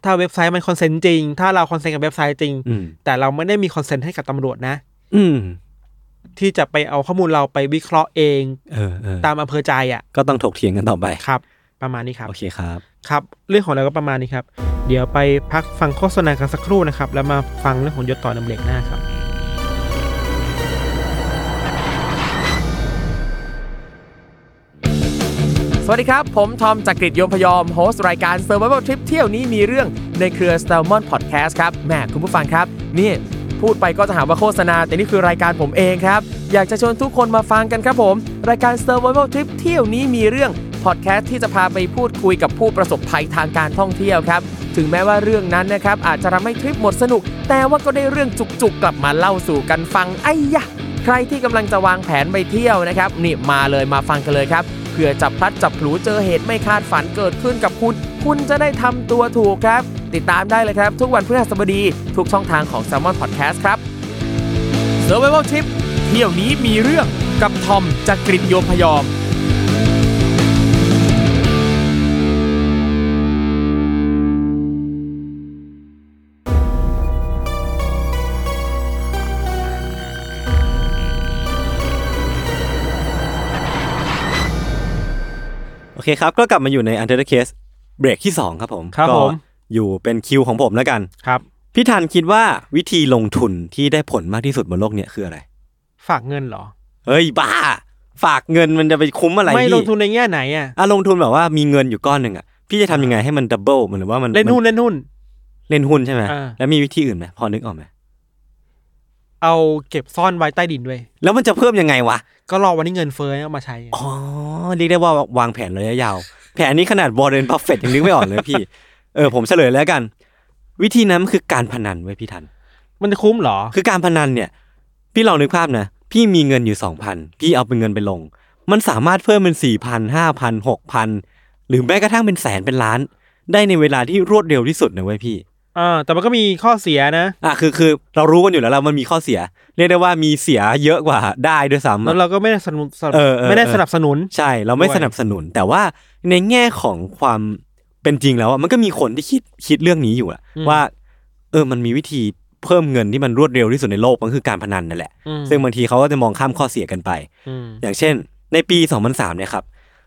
S3: ถ้าเว็บไซต์มันคอนเซนต์จริง ถ้าเราคอนเซนต์กับเว็บไซต์จริง
S2: อืม
S3: แต่เราไม่ได้มีคอนเซนต์ให้กับตำรวจนะ
S2: อืม
S3: ที่จะไปเอาข้อมูลเราไปวิเคราะห์เอง
S2: เออเออ
S3: ตามอำเภอใจอ่ะ
S2: ก็ต้องถกเถียงกันต่อไป
S3: ครับ ประมาณนี้ครับ
S2: โอเคครับ
S3: ครับ เรื่องของเราก็ประมาณนี้ครับ เดี๋ยวไปพักฟังโฆษณากันสักครู่นะครับ แล้วมาฟังเรื่องของยศต่อในเบรกหน้าครับ
S4: สวัสดีครับ ผม ทอมจากกรีฑยมพยอม โฮสต์รายการ Survival Trip เที่ยวนี้มีเรื่องในเครือ s t a l m o n Podcast ครับแหมคุณผู้ฟังครับ นี่ พูดไปก็จะหาว่าโฆษณา แต่นี่คือรายการผมเองครับ อยากจะชวนทุกคนมาฟังกันครับผม รายการ Survival Trip เที่ยวนี้มีเรื่องพอดแคสต์ที่จะพาไปพูดคุยกับผู้ประสบภัยทางการท่องเที่ยวครับ ถึงแม้ว่าเรื่องนั้นนะครับอาจจะทำให้ทริปหมดสนุก แต่ว่าก็ได้เรื่องจุกๆ กลับมาเล่าสู่กันฟังไอ้ยะ ใครที่กำลังจะวางแผนไปเที่ยวนะครับนี่มาเลยมาฟังกันเลยครับเผื่อจับพลัดจับผลูเจอเหตุไม่คาดฝันเกิดขึ้นกับคุณ คุณจะได้ทำตัวถูกครับ ติดตามได้เลยครับ ทุกวันพฤหัสบดี ทุกช่องทางของ s ซ l m o n Podcast ครับ s u r v i v a l Trip เที่ยวนี้มีเรื่องกับทอมจากกริฑโยมพยอม
S2: โอเคครับ ก็กลับมาอยู่ใน u n t e r Case เบรกที่สองครับผม
S3: ครับ
S2: ก็
S3: ผม
S2: อยู่เป็นคิวของผมแล้วกัน
S3: ครับ
S2: พี่ทันคิดว่าวิธีลงทุนที่ได้ผลมากที่สุดบนโลกเนี่ยคืออะไร
S3: ฝากเงินเหรอ
S2: เฮ้ยบ้า ฝากเงินมันจะไปคุ้มอะไร
S3: ไม่
S2: พี่
S3: ลงทุนในแง่ไหนอ่ะ
S2: อ่ะลงทุนแบบว่ามีเงินอยู่ก้อนหนึ่งอ่ะพี่จะทำยังไงให้มันดับเบิลมันหรือว่ามัน
S3: เล่นหุ้น
S2: มั
S3: เล่นหุ้น
S2: เล่นหุ้นใช่ไหม
S3: อ่า
S2: แล้วมีวิธีอื่นไหมพอนึกออกไหม
S3: เอาเก็บซ่อนไว้ใต้ดินด้วย
S2: แล้วมันจะเพิ่มยังไงวะ
S3: ก็รอวันนี้เงินเฟ้อเอามาใช้
S2: อ๋อเรียกได้ว่าวางแผนระยะยาว แผนนี้ขนาดบอร์เรนบัฟเฟตยังนึกไม่ออกเลยพี่ เออผมเฉลยแล้วกัน วิธีนั้นคือการพนันไว้ยพี่ทัน
S3: มันจะคุ้มเหรอ
S2: คือการพนันเนี่ย พี่ลองนึกภาพนะ พี่มีเงินอยู่สองพันพี่เอาเป็นเงินไปลง มันสามารถเพิ่มเป็นสี่พันห้าพันหกพันหรือแม้กระทั่งเป็นแสนเป็นล้าน ได้ในเวลาที่รวดเร็วที่สุดนะเว้ยพี่
S3: อ่า แต่มันก็มีข้อเสียนะ
S2: อ่ะคือคือเรารู้กันอยู่แล้วเรามันมีข้อเสีย เรียกได้ว่ามีเสียเยอะกว่าได้ด้วยซ้ำ
S3: แล้ว
S2: อะ
S3: เราก็ไม่ได้สนับสนุน
S2: เออเออ
S3: ไม่ได้สนับสนุน
S2: ใช่เราไม่
S3: ด้วย
S2: สนับสนุน แต่ว่าในแง่ของความเป็นจริงแล้วอะมันก็มีคนที่คิดคิดเรื่องนี้อยู่อะว่า เออมันมีวิธีเพิ่มเงินที่มันรวดเร็วที่สุดในโลกมันคือการพนันนั่นแหละ
S3: อืม
S2: ซึ่งบางทีเขาก็จะมองข้ามข้อเสียกันไป
S3: อืม
S2: อย่างเช่น ในปี 2003เนี่ยครับ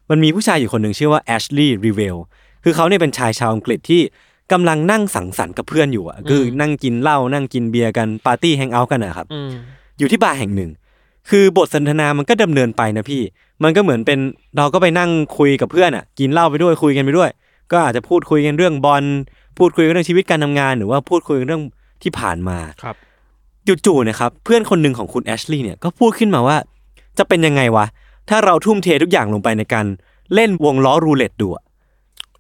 S2: มันมีผู้ชายอยู่คนหนึ่งชื่อว่าแอชลีย์รีเวลคือเขาเนี่ยเป็นชายชาวอังกฤษที่กำลังนั่งสังสรรค์กับเพื่อนอยู่อะคือนั่งกินเหล้านั่งกินเบียร์กันปาร์ตี้แฮงเอาท์กันนะครับ
S3: อืม
S2: อยู่ที่บาร์แห่งหนึ่ง คือบทสนทนามันก็ดำเนินไปนะพี่ มันก็เหมือนเป็นเราก็ไปนั่งคุยกับเพื่อนอ่ะ กินเหล้าไปด้วยคุยกันไปด้วย ก็อาจจะพูดคุยกันเรื่องบอล พูดคุยกันเรื่องชีวิตการทำงาน หรือว่าพูดคุยกันเรื่องที่ผ่านมา
S3: ครับ
S2: จู่ๆนะครับเพื่อนคนหนึ่งของคุณแอชลีย์เนี่ยก็พูดขึ้นมาว่า จะเป็นยังไงวะ ถ้าเราทุ่มเททุกอย่างลงไปในการเล่นวงล้อรูเล็ตดูอะ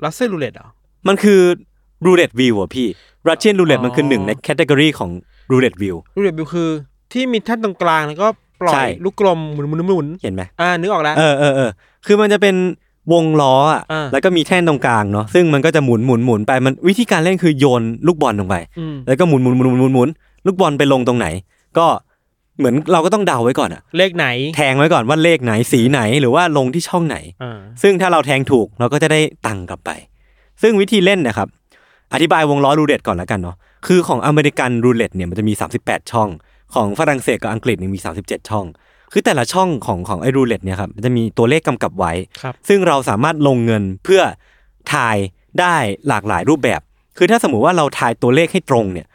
S3: ลัสเซ่รูเล็ตเหรอ
S2: มันคือรูเล็ตวิวอ่ะพี่รัสเชียนรูเล็ตมันคือหนึ่งในแคตตากรีของรูเล็ตวิว
S3: รูเล็ตบิลคือ ที่มีแท่านตรงกลางแล้วก็ปล่อ
S2: ใช่
S3: ยลูกกลมหมุนหมุนหมุน
S2: เห็นไหม
S3: อ่านึกออกแล้ว
S2: เออเออเออคือมันจะเป็นวงล้ออ่ะ
S3: อ่า
S2: แล้วก็มีแท่นตรงกลางเนาะ ซึ่งมันก็จะหมุนหมุนหมุนไป มันวิธีการเล่นคือโยนลูกบอลลงไป
S3: อืม
S2: แล้วก็หมุนหมุนหมุนหมุนหมุนหมุนลูกบอลไปลงตรงไหน ก็เหมือนเราก็ต้องเดาไว้ก่อนอ่ะ
S3: เลขไหน
S2: แทงไว้ก่อนว่าเลขไหนสีไหนหรือว่าลงที่ช่องไหน
S3: อ่า
S2: ซึ่งถ้าเราแทงถูกเราก็จะได้ตังค์กลับไป ซึ่งวิธีเล่นนะครับ อธิบายวงล้อรูเล็ตก่อนแล้วกันเนาะ คือของอเมริกันรูเล็ตเนี่ยมันจะมี 38 ช่อง ของฝรั่งเศสกับอังกฤษเนี่ยมี 37 ช่อง คือแต่ละช่องของของไอ้รูเล็ตเนี่ยครับมันจะมีตัวเลขกำกับไว้
S3: ครับ
S2: ซึ่งเราสามารถลงเงินเพื่อทายได้หลากหลายรูปแบบ คือถ้าสมมุติว่าเราทายตัวเลขให้ตรงเนี่ย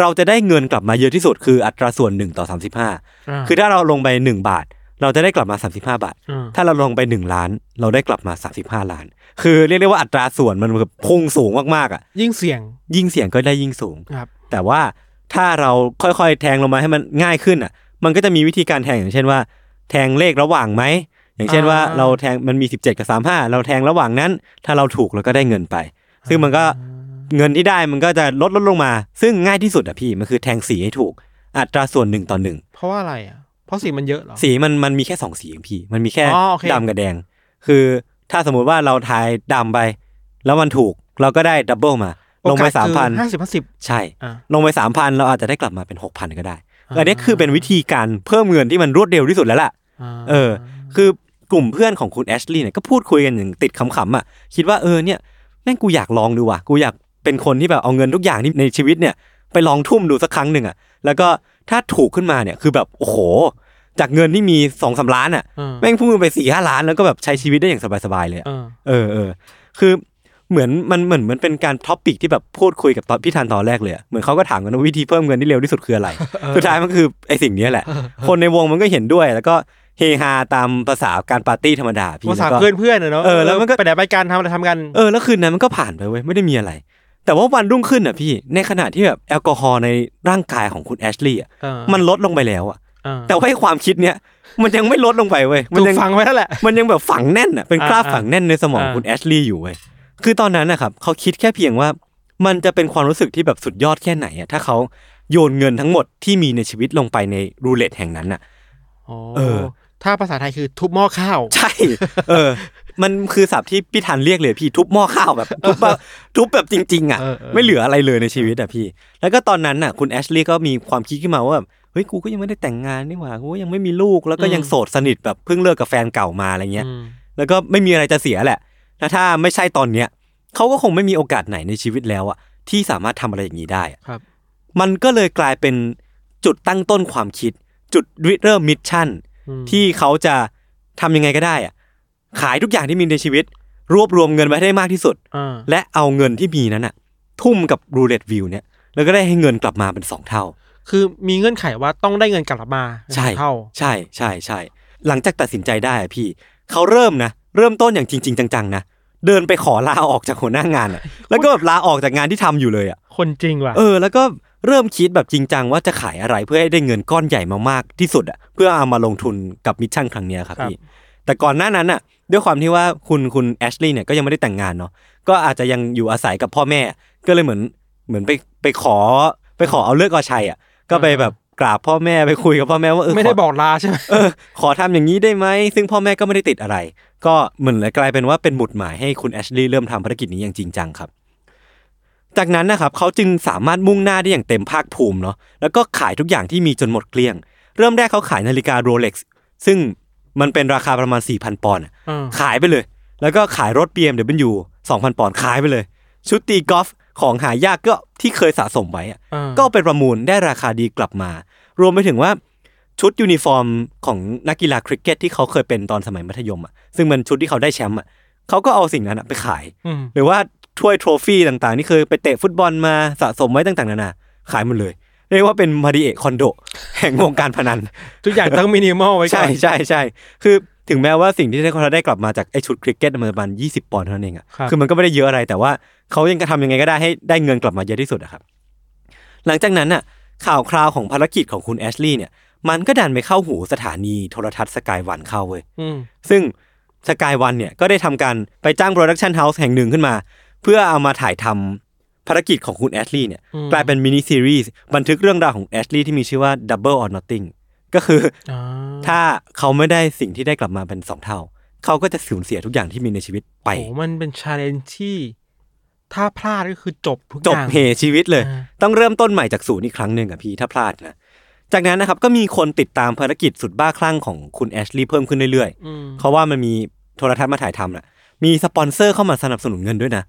S2: เราจะได้เงินกลับมาเยอะที่สุดคืออัตราส่วน1ต่อ
S3: า
S2: 35 คือถ้าเราลงไป 1 บาท เราจะได้กลับมา 35 บาท
S3: อ่า
S2: ถ้าเราลงไป 1 ล้าน เราได้กลับมา 35 ล้าน คือเรียกได้ว่าอัตราส่วนมันแบบพุ่งสูงมากๆอ่ะ
S3: ยิ่งเสี่ยง
S2: ยิ่งเสี่ยงก็ได้ยิ่งสูง
S3: ครับ
S2: แต่ว่าถ้าเราค่อยๆ แทงลงมาให้มันง่ายขึ้นอ่ะ มันก็จะมีวิธีการแทงอย่างเช่นว่า แทงเลขระหว่างไหม อย่างเช่นว่า
S3: อ่า
S2: เราแทงมันมี 17 กับ 35 เราแทงระหว่างนั้น ถ้าเราถูกเราก็ได้เงินไป ซึ่งมันก็เงินที่ได้มันก็จะลดลดลงมา ซึ่งง่ายที่สุดอ่ะพี่ มันคือแทงสีให้ถูก อัตราส่วนหนึ่งต่อหนึ่ง
S3: เพราะว่าอะไรอ่ะ เพราะสีมันเยอะเหรอ
S2: สีมันมันมีแค่สองสีเองพี่ มันมีแค่
S3: อ๋อโอเค
S2: ดำกับแดง คือถ้าสมมุติว่าเราทายดำไป แล้วมันถูกเราก็ได้ดับเบิลมา ลงไปสามพัน
S3: ห้าสิบห้าสิบ
S2: ใช่
S3: อ่า
S2: ลงไปสามพันเราอาจจะได้กลับมาเป็นหกพันก็ได้อันนี้คือเป็นวิธีการเพิ่มเงินที่มันรวดเร็วที่สุดแล้วล่ะ เออ คือกลุ่มเพื่อนของคุณแอชลีย์เนี่ยก็พูดคุยกันอย่างติดขำๆอ่ะ คิดว่าเออเนี่ยแม่งกูอยากลองดูว่ะ กูอยากเป็นคนที่แบบเอาเงินทุกอย่างที่ในชีวิตเนี่ยไปลองทุ่มดูสักครั้งหนึ่งอ่ะ แล้วก็ถ้าถูกขึ้นมาเนี่ยคือแบบโอ้โห จากเงินที่มีสองสาล้านอ่ะ
S3: เออ
S2: แม่งพุ่งไปสี่ห้าล้านแล้วก็แบบใช้ชีวิตได้อย่างสบายๆเลยอะ
S3: เออ
S2: เออเออคือเหมือนมันเหมือนเหมือนเป็นการท็อปปิกที่แบบพูดคุยกับตอนพี่ธันตอนแรกเลยอะเหมือนเขาก็ถามกันว่าวิธีเพิ่มเงินที่เร็วที่สุดคือ อะไร สุดท้ายมันคือไอสิ่งเนี้ยแหละ คนในวงมันก็เห็นด้วย แล้วก็เฮฮาตามภาษาการปาร์ตี้ธรรมดาพี่
S3: ภาษา
S2: แล้วก็
S3: เพื่อนเพื่อนเนอะ
S2: เออแล้วมันก็
S3: ไปไหนไปการทำอะไรทำกัน
S2: เออแล้วคืนนั้นมันก็ผ่านไปเว้ยไม่ได้มีอะไร แต่ว่าวันรุ่งขึ้นอ่ะพี่ในขณะที่แบบแอลกอฮอล์ในร่างกายของคุณแอชลีย์อะ
S3: เออ
S2: มันลดลงไปแล้วอ่ะ
S3: เออ
S2: แต่ว่าไอ้ความคิดเนี้ยมันยังไม่ลดลงไปเว้ยมั
S3: ถู
S2: น
S3: ก
S2: ยัง
S3: ฟังไว้นั่นแหละ
S2: มันยังแบบฝังแน่นอ่ะเป็นค
S3: อ่า
S2: ราบฝังแน่นในสมอง
S3: อ่า
S2: คุณแอชลีย์อยู่เว้ยคือตอนนั้นนะครับเขาคิดแค่เพียงว่า มันจะเป็นความรู้สึกที่แบบสุดยอดแค่ไหนอ่ะถ้าเขาโยนเงินทั้งหมดที่มีในชีวิตลงไปในรูเล็ตแห่งนั้นอ่ะ
S3: โอ้
S2: เออ
S3: ถ้าภาษาไทยคือทุบหม้อข้าว
S2: ใช่ เออ มันคือศัพท์ที่พี่ทันเรียกเลยพี่ทุบหม้อข้าวแบบทุบแบบทุบแบบจริง ๆ อ่ะ
S3: เออเออ
S2: ไม่เหลืออะไรเลยในชีวิตอ่ะพี่ แล้วก็ตอนนั้นน่ะ คุณแอชลีย์ก็มีความคิดขึ้นมาว่าแบบเฮ้ยกูก็ยังไม่ได้แต่งงานนี่หว่ากูก็ยังไม่มีลูกแล้วก็ยังโสดสนิทแบบเพิ่งเลิกกับแฟนเก่ามาอะไรเงี้ย
S3: อืม
S2: แล้วก็ไม่มีอะไรจะเสียแหละแล้วถ้าไม่ใช่ตอนเนี้ยเขาก็คงไม่มีโอกาสไหนในชีวิตแล้วอะที่สามารถทำอะไรอย่างนี้ได้อะ
S3: ครับ
S2: มันก็เลยกลายเป็นจุดตั้งต้นความคิด จุดริเริ่มมิชชั่น
S3: อืม
S2: ที่เขาจะทำยังไงก็ได้อะขายทุกอย่างที่มีในชีวิต รวบรวมเงินไว้ให้ได้มากที่สุด
S3: อ่า
S2: และเอาเงินที่มีนั้นอะทุ่มกับรูเล็ตวิวเนี่ย แล้วก็ได้ให้เงินกลับมาเป็นสองเท่า
S3: คือมีเงื่อนไขว่าต้องได้เงินกลับมา
S2: ใช่
S3: เท่า
S2: ใช่ใช่ใช่หลังจากตัดสินใจได้อะพี่ เขาเริ่มนะ เริ่มต้นอย่างจริง ๆ จังๆนะเดินไปขอลาออกจากหัวหน้างานอะแล้วก็แบบลาออกจากงานที่ทำอยู่เลยอ่ะ
S3: คนจริงว่ะ
S2: เออ แล้วก็ เริ่มคิดแบบจริงจังว่าจะขายอะไรเพื่อให้ได้เงินก้อนใหญ่มามากๆที่สุดอ่ะเพื่อเอามาลงทุนกับมิชชั่นครั้งเนี้ยครับ
S3: ครับ
S2: พี่แต่ก่อนหน้านั้นอ่ะ ด้วยความที่ว่าคุณคุณแอชลีย์เนี่ยก็ยังไม่ได้แต่งงานเนาะก็อาจจะยังอยู่อาศัยกับพ่อแม่ ก็เลยเหมือนเหมือนไปไปขอไปขอเอาเลือกเอาชัยอ่ะก็ไปแบบกราบพ่อแม่ไปคุยกับพ่อแม่ว่าเออข
S3: ไม่ได้บอกลาใช่ไหม
S2: เออขอทำอย่างนี้ได้ไหม ซึ่งพ่อแม่ก็ไม่ได้ติดอะไร ก็เหมือนเลยกลายเป็นว่าเป็นหมุดหมายให้คุณแอชลีย์เริ่มทำภารกิจนี้อย่างจริงจังครับ จากนั้นนะครับเขาจึงสามารถมุ่งหน้าได้อย่างเต็มภาคภูมิเนาะแล้วก็ขายทุกอย่างที่มีจนหมดเกลี้ยง เริ่มแรกเขาขายนาฬิกาโรเล็กซ์ซึ่งมันเป็นราคาประมาณ 4,000 ปอนด์อะ
S3: อืม
S2: ขายไปเลย แล้วก็ขายรถ BMW 2,000 ปอนด์ขายไปเลย ชุดตีกอล์ฟของหายากก็ที่เคยสะสมไว้อะ
S3: เออ
S2: ก็เอาไปประมูลได้ราคาดีกลับมา รวมไปถึงว่าชุดยูนิฟอร์มของนักกีฬาคริกเก็ตที่เขาเคยเป็นตอนสมัยมัธยมอ่ะซึ่งมันชุดที่เขาได้แชมป์อ่ะเขาก็เอาสิ่งนั้นอะไปขาย
S3: อืม
S2: หรือว่าถ้วยโทรฟี่ต่างๆ นี่เคยไปเตะฟุตบอลมาสะสมไว้ต่างๆนานาขายหมดเลย เรียกว่าเป็นมาริเอะคอนโด แห่งวงการพนัน
S3: ทุกอย่างต้องมินิมอลไว้ก่
S2: ใช่
S3: อน
S2: ใช่ใช่คือถึงแม้ว่าสิ่งที่เขาได้กลับมาจากไอชุดคริกเก็ตมันประมาณยี่สิบปอนด์เท่านั้นเองอะ
S3: ครับ
S2: อมันก็ไม่ได้เยอะอะไร แต่ว่าเขายังจะทำยังไงก็ได้ให้ได้เงินกลับมาเยอะที่สุดอะครับ หลังจากนั้นน่ะ ข่าวคราวของภารกิจของคุณแอชลีย์เนี่ย มันก็ดันไปเข้าหูสถานีโทรทัศน์สกายวันเข้าเว้ย
S3: อืม
S2: ซึ่งสกายวันเนี่ยก็ได้ทำการไปจ้างโปรดักชันเฮาส์แห่งหนึ่งขึ้นมา เพื่อเอามาถ่ายทำภารกิจของคุณแอชลีย์เนี่ย
S3: อืม
S2: กลายเป็นมินิซีรีส์บันทึกเรื่องราวของแอชลีย์ที่มีชื่อว่า Double or Nothing ก็คือ
S3: อ่า
S2: ถ้าเขาไม่ได้สิ่งที่ได้กลับมาเป็นสองเท่า เขาก็จะสูญเสียทุกอย่างที่มีในชีวิตไป
S3: โอ้มันเป็นชาเลนจ์ที่ ถ้าพลาดก็คือจบทุกอ
S2: จบ
S3: ย่าง
S2: เหชีวิตเลย
S3: อ่า
S2: ต้องเริ่มต้นใหม่จากศูนย์อีกครั้งหนึ่งอะพี่ถ้าพลาดนะ จากนั้นนะครับก็มีคนติดตามภารกิจสุดบ้าคลั่งของคุณแอชลีย์เพิ่มขึ้นเรื่อย
S3: อืม
S2: ๆ เพราะว่ามันมีโทรทัศน์มาถ่ายทำน่ะ มีสปอนเซอร์เข้ามาสนับสนุนเงินด้วยนะ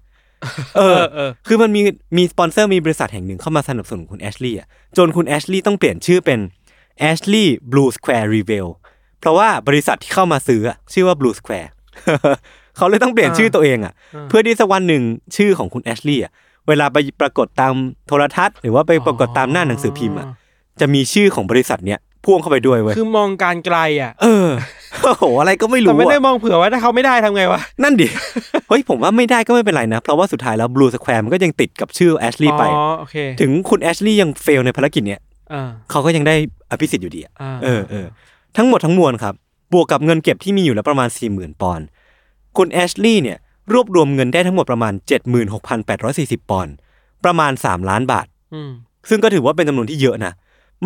S2: เออ
S3: เออเออ
S2: คือมันมีมีสปอนเซอร์มีบริษัทแห่งหนึ่งเข้ามาสนับสนุนคุณแอชลีย์อ่ะจนคุณแอชลีย์ต้องเปลี่ยนชื่อเป็น Ashley Blue Square Reveal เพราะว่าบริษัทที่เข้ามาซื้ออะชื่อว่า Blue Square เขาเลยต้องเปลี่ยนชื่อตัวเองอ่ะเพื่อที่สักวันหนึ่งชื่อของคุณแอชลีย์อ่ะเวลาไปปรากฏตามโทรทัศน์ หรือว่าไปปรากฏตามหน้าหนังสือพิมพ์อ่ะจะมีชื่อของบริษัทเนี้ยพ่วงเข้าไปด้วยเว้ย
S3: คือมองการไกลอ่ะ
S2: เออ โอ้โหอะไรก็ไม่รู้
S3: แต่ไม่ได้
S2: อะ
S3: มองเผื่อว่าถ้าเขาไม่ได้ทำไงวะ
S2: นั่นดิ เฮ้ย ผมว่าไม่ได้ก็ไม่เป็นไรนะ เพราะว่าสุดท้ายแล้ว Blue Square มันก็ยังติดกับชื่อแอชลีย์ไป
S3: อ๋อ โอเค
S2: ถึงคุณแอชลีย์ยังเฟลในภารกิจเนี้ย
S3: อ่า
S2: เขาก็ยังได้อภิสิทธิ์อยู่ดีอะ
S3: อ่า
S2: เออเออ ทั้งหมดทั้งมวลครับ บวกกับเงินเก็บที่มีอยู่แล้วประมาณ 40,000 ปอนด์ คุณแอชลีย์เนี่ย รวบรวมเงินได้ทั้งหมดประมาณ 76,840 ปอนด์ ประมาณ 3 ล้านบาท
S3: อืม
S2: ซึ่งก็ถือว่าเป็นจำนวนที่เยอะนะ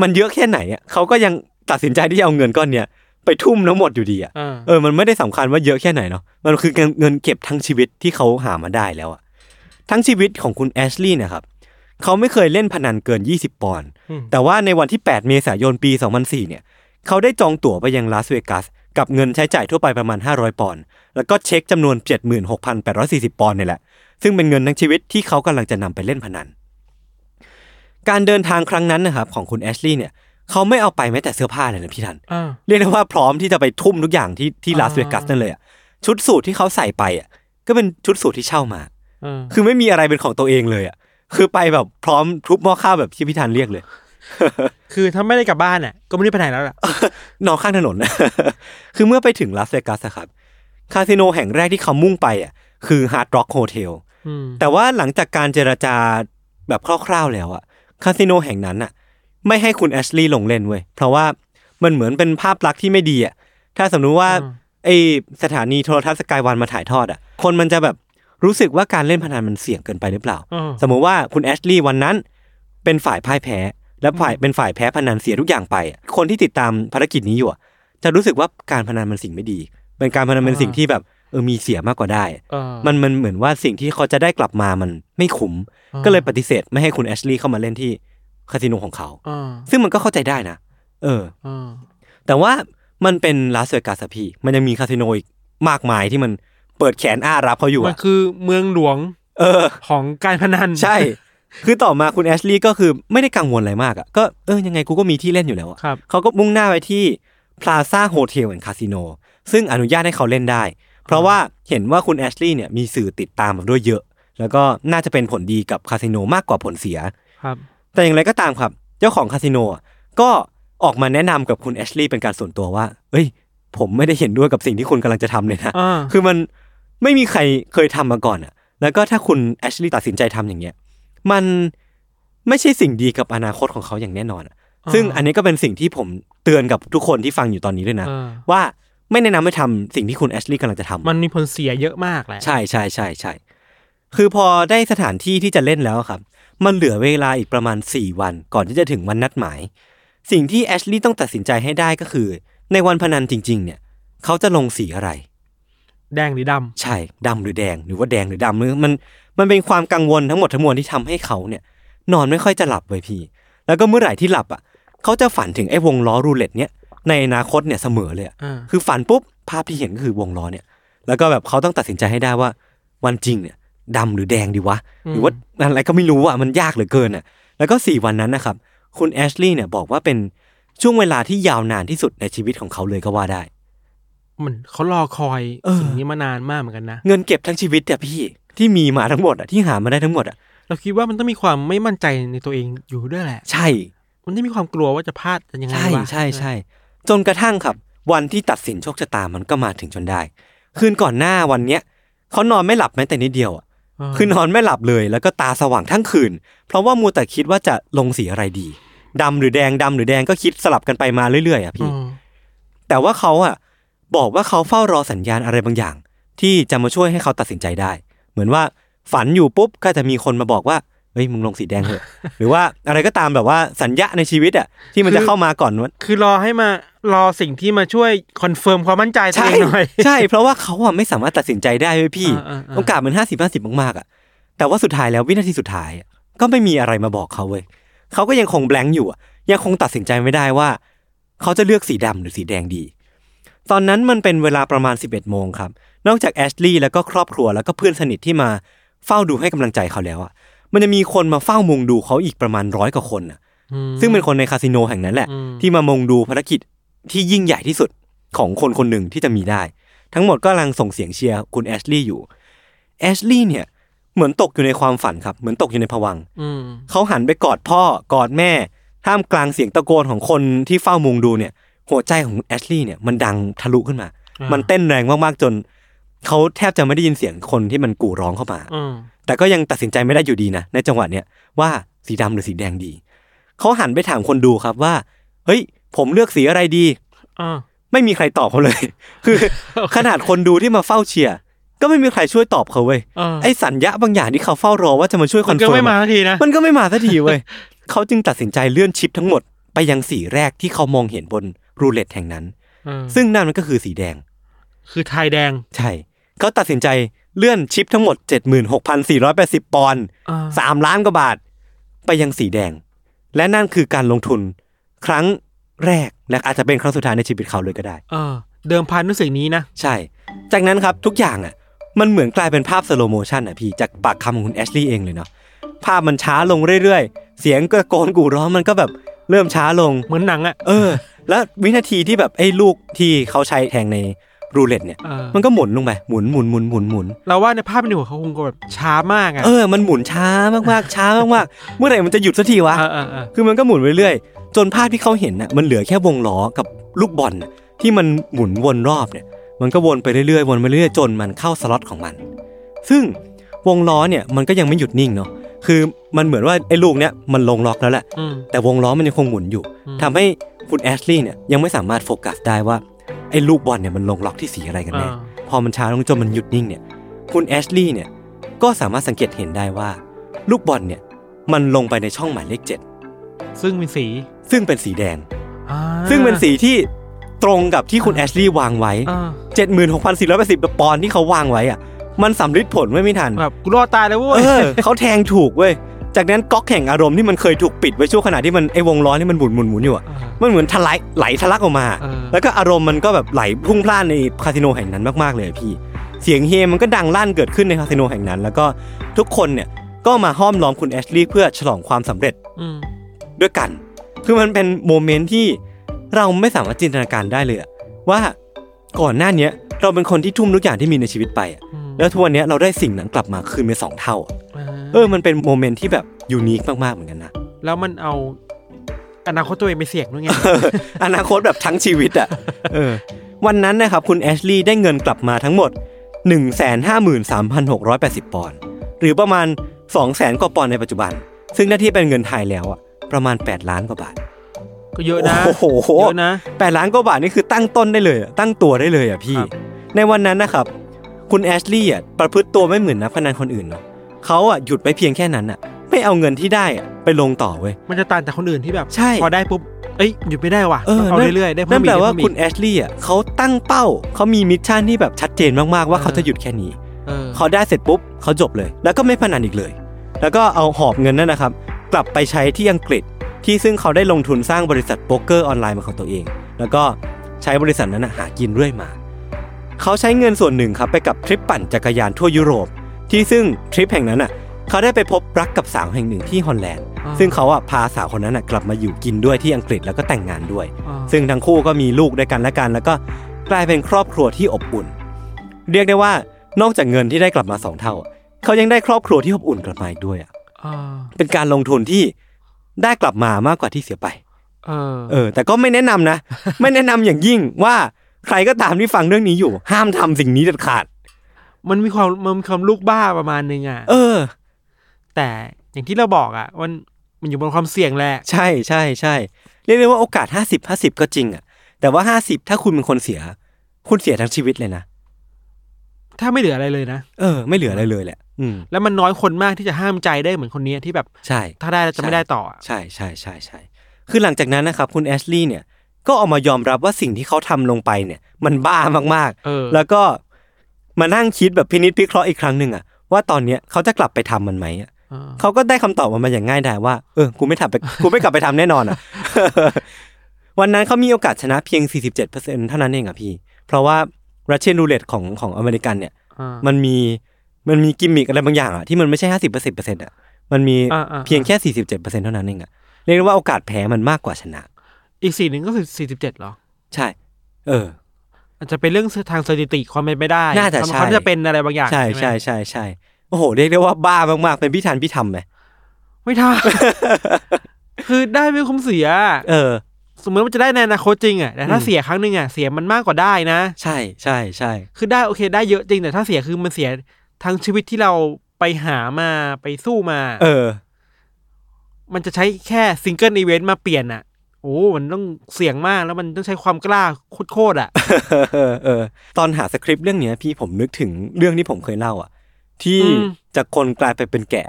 S2: มันเยอะแค่ไหนอะเขาก็ยังตัดสินใจที่จะเอาเงินก้อนเนี้ยไปทุ่มทั้งหมดอยู่ดีอะ
S3: อ่า
S2: เออ มันไม่ได้สำคัญว่าเยอะแค่ไหนเนาะ มันคือเงินเงินเก็บทั้งชีวิตที่เขาหามาได้แล้วอะทั้งชีวิตของคุณแอชลีย์เนะครับ เขาไม่เคยเล่นพนันเกิน 20 ปอนด์
S3: อืม
S2: แต่ว่าในวันที่ 8 เมษายนปี 2004 เนี่ย เขาได้จองตั๋วไปยังลาสเวกัส กับเงินใช้จ่ายทั่วไปประมาณ 500 ปอนด์ แล้วก็เช็คจำนวน 76,840 ปอนด์เนี่ยแหละ ซึ่งเป็นเงินทั้งชีวิตที่เขากำลังจะนำไปเล่นพนัน การเดินทางครั้งนั้นนะครับของคุณแอชลีย์เนี่ย เขาไม่เอาไปแม้แต่เสื้อผ้าเลยนะพี่ทัน
S3: อ่า
S2: เรียกได้ว่าพร้อมที่จะไปทุ่มทุกอย่างที่ที่ลาส
S3: อ่า
S2: เวกัสนั่นเลยอะชุดสูทที่เขาใส่ไปอ่ะก็เป็นชุดสูทที่เช่ามา
S3: อ่า
S2: คือไม่มีอะไรเป็นของตัวเองเลยอ่ะคือไปแบบพร้อมทุบหม้อข้าวแบบที่พี่ธันเรียกเลย
S3: คือถ้าไม่ได้กลับบ้านอ่ะ ก็ไม่ได้ไปไหนแล้วล่ะ
S2: นอนข้างถนน นะ คือเมื่อไปถึงลาสเวกัสอะครับคาสิโนแห่งแรกที่เขามุ่งไปอ่ะคือฮาร์ดร็อกโฮเทล
S3: อืม
S2: แต่ว่าหลังจากการเจรจาแบบคร่าวๆแล้วอะคาสิโนแห่งนั้นอะไม่ให้คุณแอชลีย์ลงเล่นเว้ยเพราะว่ามันเหมือนเป็นภาพลักษณ์ที่ไม่ดีอะถ้าสมมติว่า
S3: อืม
S2: ไอสถานีโทรทัศน์สกายวันมาถ่ายทอดอะคนมันจะแบบรู้สึกว่าการเล่นพนันมันเสี่ยงเกินไปหรือเปล่า
S3: อ่า
S2: สมมุติว่าคุณแอชลีย์วันนั้น เป็นฝ่ายพ่ายแพ้ และฝ่ายเป็นฝ่ายแพ้พนันเสียทุกอย่างไปอะคนที่ติดตามภารกิจนี้อยู่อะจะรู้สึกว่าการพนันมันสิ่งไม่ดี เป็นการพนันเป็นสิ่งที่แบบเออมีเสียมากกว่าได้
S3: เออ
S2: มันมันเหมือนว่าสิ่งที่เขาจะได้กลับมามันไม่คุ้ม
S3: อ่า
S2: ก็เลยปฏิเสธไม่ให้คุณแอชลีย์เข้ามาเล่นที่คาสิโนของเขา
S3: อ่า
S2: ซึ่งมันก็เข้าใจได้นะ เออ
S3: อ่า
S2: แต่ว่ามันเป็นลาสเวกัสอะพี่ มันยังมีคาสิโนอีกมากมายที่มันเปิดแขนอ้ารับเขาอยู่
S3: มัน
S2: อะ
S3: คือเมืองหลวง
S2: เออ
S3: ของการพนัน
S2: ใช่ คือต่อมาคุณแอชลีย์ก็คือไม่ได้กังวลอะไรมากอะก็เออยังไงกูก็มีที่เล่นอยู่แล้วอะ
S3: ครับ
S2: เขาก็มุ่งหน้าไปที่พลาซ่าโฮเทลแอนด์คาสิโนซึ่งอนุญาตให้เขาเล่นได้ เพราะว่าเห็นว่าคุณแอชลีย์เนี่ยมีสื่อติดตามแบบด้วยเยอะ แล้วก็น่าจะเป็นผลดีกับคาสิโนมากกว่าผลเสีย
S3: ครับ
S2: แต่อย่างไรก็ตามครับ เจ้าของคาสิโนอะก็ออกมาแนะนำกับคุณแอชลีย์เป็นการส่วนตัวว่า เอ้ย ผมไม่ได้เห็นด้วยกับสิ่งที่คุณกำลังจะทำเลยนะ
S3: อ่า
S2: คือมันไม่มีใครเคยทำมาก่อนอะแล้วก็ถ้าคุณแอชลีย์ตัดสินใจทำอย่างเงี้ย มัน ไม่ใช่สิ่งดีกับอนาคตของเขาอย่างแน่นอนอะ
S3: อ่า
S2: ซึ่งอันนี้ก็เป็นสิ่งที่ผมเตือนกับทุกคนที่ฟังอยู่ตอนนี้ด้วยนะ
S3: เออ
S2: ว่าไม่แนะนำให้ทำสิ่งที่คุณแอชลีย์กำลังจะทำ
S3: มันมีผลเสียเยอะมากแหละ
S2: ใช่ใช่ใช่ใช่คือพอได้สถานที่ที่จะเล่นแล้วครับ มันเหลือเวลาอีกประมาณ 4 วัน ก่อนที่จะถึงวันนัดหมาย สิ่งที่แอชลีย์ต้องตัดสินใจให้ได้ก็คือ ในวันพนันจริง ๆ เนี่ย เขาจะลงสีอะไร
S3: แดงหรือดำ
S2: ใช่ดำหรือแดงหรือว่าแดงหรือดำมันมันเป็นความกังวลทั้งหมดทั้งมวลที่ทำให้เขาเนี่ย นอนไม่ค่อยจะหลับเว้ยพี่ แล้วก็เมื่อไหร่ที่หลับอ่ะเขาจะฝันถึงไอ้วงล้อรูเล็ตเนี่ยในอนาคตเนี่ยเสมอเลยอะ
S3: อ่า
S2: คือฝันปุ๊บ ภาพที่เห็นก็คือวงล้อเนี่ย แล้วก็แบบเขาต้องตัดสินใจให้ได้ว่า วันจริงเนี่ยดำหรือแดงดีวะ หรือว่าอะไรก็ไม่รู้อ่ะมันยากเหลือเกินอ่ะแล้วก็สี่วันนั้นนะครับ คุณแอชลีย์เนี่ยบอกว่าเป็นช่วงเวลาที่ยาวนานที่สุดในชีวิตของเขาเลยก็ว่าได้
S3: มันเขารอคอย
S2: เออ
S3: สิ่งนี้มานานมากเหมือนกันนะ
S2: เงินเก็บทั้งชีวิตเนี่ยพี่ที่มีมาทั้งหมดอ่ะที่หามาได้ทั้งหมดอ่ะ
S3: เราคิดว่ามันต้องมีความไม่มั่นใจในตัวเองอยู่ด้วยแหละ
S2: ใช่
S3: มันต้องมีความกลัวว่าจะพลาดยังไง
S2: ใช่
S3: วะ
S2: ใช่ใช่จนกระทั่งครับ วันที่ตัดสินโชคชะตามันก็มาถึงจนได้ คืนก่อนหน้าวันเนี้ยเขานอนไม่หลับแม้แต่นิดเดียวอ่ะ
S3: เออ
S2: คือนอนไม่หลับเลยแล้วก็ตาสว่างทั้งคืน เพราะว่ามัวแต่คิดว่าจะลงสีอะไรดีดำหรือแดงดำหรือแดงก็คิดสลับกันไปมาเรื่อยๆอ่ะ
S3: เอ
S2: พี่
S3: อ
S2: แต่ว่าเขาอ่ะบอกว่าเขาเฝ้ารอสัญญาณอะไรบางอย่าง ที่จะมาช่วยให้เขาตัดสินใจได้ เหมือนว่าฝันอยู่ปุ๊บก็จะมีคนมาบอกว่าเฮ้ยมึงลงสีแดงเถ อะ หรือว่าอะไรก็ตามแบบว่าสัญญาในชีวิตอ่ะที่มันจะเข้ามาก่ อนวัน
S3: คือรอให้มารอสิ่งที่มาช่วยคอนเฟิร์มความมั่นใจตัว
S2: ใช่
S3: เองหน่อย
S2: ใช่ เพราะว่าเขาอะไม่สามารถตัดสินใจได้เว้ยพี่
S3: อ่าๆๆ
S2: โอกาสมันห้าสิบห้าสิบมากๆอะแต่ว่าสุดท้ายแล้ววินาทีสุดท้ายอะก็ไม่มีอะไรมาบอกเขาเว้ยเขาก็ยังคงแบงค์อยู่อะยังคงตัดสินใจไม่ได้ว่า เขาจะเลือกสีดำหรือสีแดงดี ตอนนั้นมันเป็นเวลาประมาณ 11โมงครับ นอกจากแอชลีย์แล้วก็ครอบครัวแล้วก็เพื่อนสนิทที่มาเฝ้าดูให้กำลังใจเขาแล้วอะมันจะมีคนมาเฝ้ามุงดูเขาอีกประมาณร้อยกว่าคนอะ
S3: อืม
S2: ซึ่งเป็นคนในคาสิโนแห่งนั้นแหละ
S3: อืม
S2: ที่มามงดูภารกิจที่ยิ่งใหญ่ที่สุดของคนคนหนึ่งที่จะมีได้ ทั้งหมดก็กำลังส่งเสียงเชียร์คุณแอชลีย์อยู่แอชลีย์เนี่ยเหมือนตกอยู่ในความฝันครับ เหมือนตกอยู่ในผวังค์
S3: อืม
S2: เขาหันไปกอดพ่อกอดแม่ ท่ามกลางเสียงตะโกนของคนที่เฝ้ามุงดูเนี่ย หัวใจของแอชลีย์เนี่ยมันดังทะลุขึ้นมา มันเต้นแรงมากๆจนเขาแทบจะไม่ได้ยินเสียงคนที่มันกู่ร้องเข้ามา
S3: อืม
S2: แต่ก็ยังตัดสินใจไม่ได้อยู่ดีนะ ในจังหวะเนี้ยว่าสีดำหรือสีแดงดี เขาหันไปถามคนดูครับว่า เฮ้ย ผมเลือกสีอะไรดี
S3: อ่า
S2: ไม่มีใครตอบเขาเลย คือ ขนาดคนดูที่มาเฝ้าเชียร์ก็ไม่มีใครช่วยตอบเขาเว้ย
S3: เออ
S2: ไอสัญญาบางอย่างที่เขาเฝ้ารอว่าจะมาช่วยค
S3: มั
S2: อน น
S3: ก็
S2: เฟิร์ม
S3: ไม่มา
S2: อะ
S3: สักทีนะ
S2: มันก็ไม่มาสักทีเว้ย เขาจึงตัดสินใจเลื่อนชิปทั้งหมดไปยังสีแรกที่เขามองเห็นบนรูเล็ตแห่งนั้น
S3: เออ
S2: ซึ่งนั่นมันก็คือสีแดง
S3: คือไทยแดง
S2: ใช่ เขาตัดสินใจเลื่อนชิปทั้งหมด 76,480 ปอนด์
S3: อ่า
S2: สามล้านกว่าบาท ไปยังสีแดง และนั่นคือการลงทุน ครั้งแรกและอาจจะเป็นครั้งสุดท้ายในชีวิตเขาเลยก็ได้
S3: เออ เดิมพันด้วยสิ่งนี้นะ
S2: ใช่ จากนั้นครับทุกอย่างอ่ะ มันเหมือนกลายเป็นภาพสโลโมชันอ่ะพี่จากปากคำของคุณแอชลีย์เองเลยเนาะ ภาพมันช้าลงเรื่อยๆ เสียงกระโกนกู่ร้องมันก็แบบเริ่มช้าลง
S3: เหมือนหนังอ่ะ
S2: เออ แล้ววินาทีที่แบบไอ้ลูกที่เขาใช้แทงในรูเล็ตเนี่ย
S3: เออ
S2: มันก็หมุนลงไปหมุนหมุนหมุนหมุนหมุน
S3: เราว่าในภาพในหัวเขาคงแบบช้ามากอ่ะ
S2: เออ มันหมุนช้ามากๆ ช้ามากๆ เมื่อไหร่มันจะหยุดสักทีวะ
S3: เออเออเออ
S2: คือมันก็หมุนไปเรื่อย จนภาพที่เขาเห็นน่ะ มันเหลือแค่วงล้อกับลูกบอลน่ะที่มันหมุนวนรอบเนี่ย มันก็วนไปเรื่อยๆ วนไปเรื่อยๆ จนมันเข้าสล็อตของมัน ซึ่งวงล้อเนี่ย มันก็ยังไม่หยุดนิ่งเนาะ คือมันเหมือนว่าไอ้ลูกเนี่ยมันลงล็อกแล้วแหละ
S3: อืม
S2: แต่วงล้อมันยังคงหมุนอยู่ ทำให้คุณแอชลีย์เนี่ยยังไม่สามารถโฟกัสได้ว่าไอ้ลูกบอลเนี่ยมันลงล็อกที่สีอะไรกันแน่
S3: อ่า
S2: พอมันช้าลงจนมันหยุดนิ่งเนี่ย คุณแอชลีย์เนี่ยก็สามารถสังเกตเห็นได้ว่า ลูกบอลเนี่ยมันลงไปในช่องหมายเลขเจ็ด
S3: ซึ่งเป็นสี
S2: ซึ่งเป็นสีแดง
S3: อ่า
S2: ซึ่งเป็นสีที่ตรงกับที่คุณแอชลีย์วางไว้
S3: อ่า
S2: 76,480ปอนด์ที่เขาวางไว้อะมันสำลิดผลไม่มีทัน
S3: แบบกูรอดตายแล้วเว้ย
S2: เออเขาแทงถูกเว้ย จากนั้นก๊อกแห่งอารมณ์ที่มันเคยถูกปิดไว้ช่วงขณะที่มันไอ้วงล้อนี่มันหมุนหมุนหมุนอยู่อะ
S3: า
S2: มันเหมือนทะลายไหลทะลักออกมา
S3: เออ
S2: แล้วก็อารมณ์มันก็แบบไหลพุ่งพล่านในคาสิโนแห่งนั้นมากๆเลยอะพี่ เสียงเฮมันก็ดังลั่นเกิดขึ้นในคาสิโนแห่งนั้น แล้วก็ทุกคนเนี่ยก็มาห้อมล้อมคุณแอชลีย์เพื่อฉลองความสำเร็จ
S3: อืม
S2: ด้วยกัน คือมันเป็นโมเมนต์ที่เราไม่สามารถจินตนาการได้เลยอะว่าก่อนหน้าเนี้ยเราเป็นคนที่ทุ่มทุกอย่างที่มีในชีวิตไปอะ
S3: อืม
S2: แล้วทุกวันเนี้ยเราได้สิ่งนั้นกลับมาคืนเป็นสองเท่าอะ
S3: เอ
S2: เอ
S3: อ
S2: อมันเป็นโมเมนต์ที่แบบยูนิคมากๆเหมือนกันนะ
S3: แล้วมันเอาอนาคตตัวเองไปเสี่ยงด้วยไง
S2: เอออนาคตแบบทั้งชีวิตอ่ะ เออ วันนั้นนะครับคุณแอชลีย์ได้เงินกลับมาทั้งหมด 1 5 3 6 8 0 ปอนด์หรือประมาณ 2 0 0 0 0 0 กว่าปอนด์ในปัจจุบัน ซึ่งหน้าที่เป็นเงินไทยแล้วอะประมาณ 8 ล้านกว่าบาท
S3: ก็เยอะนะ
S2: โอ้โห
S3: เยอะนะ
S2: แปดล้านกว่าบาทนี่คือตั้งต้นได้เลยอะตั้งตัวได้เลยอ่ะพี่
S3: ครับ
S2: ในวันนั้นนะครับ คุณแอชลี่อ่ะประพฤติตัวไม่เหมือนนักพนันคนอื่นเนาะเขาอ่ะหยุดไปเพียงแค่นั้นอ่ะ ไม่เอาเงินที่ได้อ่ะไปลงต่อเว้ย
S3: มันจะต่างจากคนอื่นที่แบบ
S2: ใช่
S3: พอได้ปุ๊บ เอ้ยหยุดไม่ได้ว่ะต้องเอา
S2: นั่น
S3: เรื่อยๆได้เพิ่
S2: นั่
S3: ม
S2: น
S3: อีก
S2: แปลว่า
S3: ได้เพิ่มอีก
S2: คุณแอชลี่อ่ะเขาตั้งเป้าเขามีมิชชั่นที่แบบชัดเจนมากๆว่า
S3: เออ
S2: เขาจะหยุดแค่นี้
S3: เออ
S2: เขาได้เสร็จปุ๊บเขาจบเลย แล้วก็ไม่พนันอีกเลย แล้วก็เอาหอบเงินนั่นนะครับ กลับไปใช้ที่อังกฤษที่ซึ่งเขาได้ลงทุนสร้างบริษัทโป๊กเกอร์ออนไลน์เป็นของตัวเอง แล้วก็ใช้บริษัทนั้นนะหากินเรื่อยมา เขาใช้เงินส่วนหนึ่งครับไปกับทริปปั่นจักรยานทั่วยุโรป ที่ซึ่งทริปแห่งนั้นอ่ะเขาได้ไปพบรักกับสาวแห่งหนึ่งที่ฮอลแลนด์ ซึ่งเขาอ่ะพาสาวคนนั้นอ่ะกลับมาอยู่กินด้วยที่อังกฤษแล้วก็แต่งงานด้วย
S3: อ่า
S2: ซึ่งทั้งคู่ก็มีลูกด้วยกันและกัน แล้วก็กลายเป็นครอบครัวที่อบอุ่น เรียกได้ว่านอกจากเงินที่ได้กลับมาสองเท่าอะเขายังได้ครอบครัวที่อบอุ่นกลับมาอีกด้วยอะ
S3: อ่า
S2: เป็นการลงทุนที่ได้กลับมามากกว่าที่เสียไป
S3: เออ
S2: เออ แต่ก็ไม่แนะนำ นะ ไม่แนะนำอย่างยิ่งว่าใครก็ตามที่ฟังเรื่องนี้อยู่ ห้ามทำสิ่งนี้เด็ดขาด
S3: มันมีความมันมีความลูกบ้าประมาณนึงอ่ะ
S2: เออ
S3: แต่อย่างที่เราบอกอ่ะมันมันอยู่บนความเสี่ยงแหละ
S2: ใช่ใช่ใช่เรียกได้ว่าโอกาส 50 50 ก็จริงอะแต่ว่า 50 ถ้าคุณเป็นคนเสีย คุณเสียทั้งชีวิตเลยนะ
S3: ถ้าไม่เหลืออะไรเลยนะ
S2: เออไม่เหลืออะไรเลยแหละ อืม
S3: แล้วมันน้อยคนมากที่จะห้ามใจได้เหมือนคนเนี้ยที่แบบ
S2: ใช่
S3: ถ้าได้แล้วจะไม่ได้ต่ออะ
S2: ใช่ใช่ใช่ใช่คือหลังจากนั้นนะครับคุณแอชลีย์เนี่ยก็ออกมายอมรับว่าสิ่งที่เขาทำลงไปเนี่ยมันบ้ามาก
S3: เออ
S2: ๆ แล้วก็มานั่งคิดแบบพินิจพิเคราะห์อีกครั้งหนึ่งอะว่าตอนเนี้ยเขาจะกลับไปทำมันไหมอะ
S3: เออ
S2: เขาก็ได้คำตอบมันมาอย่างง่ายดายว่าเออกูไม่ทำไปกูไม่กลับไปทำแน่นอนอะ วันนั้นเขามีโอกาสชนะเพียง 47%เท่านั้นเองอะพี่ เพราะว่ารัชเชนรูเลตของของอเมริกันเนี่ย
S3: อ่า
S2: มันมีมันมีกิมมิกอะไรบางอย่างอะที่มันไม่ใช่ 50%อะมันมี
S3: อ่าอ่า
S2: เพียงแค่ 47%เท่านั้นเองอะเรียกได้ว่าโอกาสแพ้มันมากกว่าชนะ
S3: อีกสี่หนึ่งก็คือสี่สิบเจ็ดหรอ
S2: ใช่ เออ
S3: อาจจะเป็นเรื่องทางสถิติความเป็นไปได้
S2: น่าจะใช่
S3: ความจะเป็นอะไรบางอย่าง
S2: ใช่
S3: ไหม
S2: ใช่ใช่ใช่โอ้โห เรียกได้ว่าบ้ามากๆ เป็นพี่ทันพี่ทำไหม
S3: ไม่ท่า คือได้ไม่คุ้มเสีย
S2: เออ
S3: สมมติว่าจะได้ในอนาคตจริงอ่ะแต่ถ้า
S2: อืม
S3: เสียครั้งหนึ่งอ่ะเสียมันมากกว่าได้นะ
S2: ใช่ใช่ใช่
S3: คือได้โอเคได้เยอะจริงแต่ถ้าเสียคือมันเสียทั้งชีวิตที่เราไปหามาไปสู้มา
S2: เอ อ
S3: มันจะใช้แค่ซิงเกิลอีเวนต์มาเปลี่ยนอ่ะ โอ้มันต้องเสี่ยงมากแล้วมันต้องใช้ความกล้าโคตรๆอ่ะ
S2: เออเออเออ ตอนหาสคริปต์เรื่องเนี้ยพี่ผมนึกถึงเรื่องที่ผมเคยเล่าอ่ะ ที่
S3: อืม
S2: จากคนกลายไปเป็นแกะ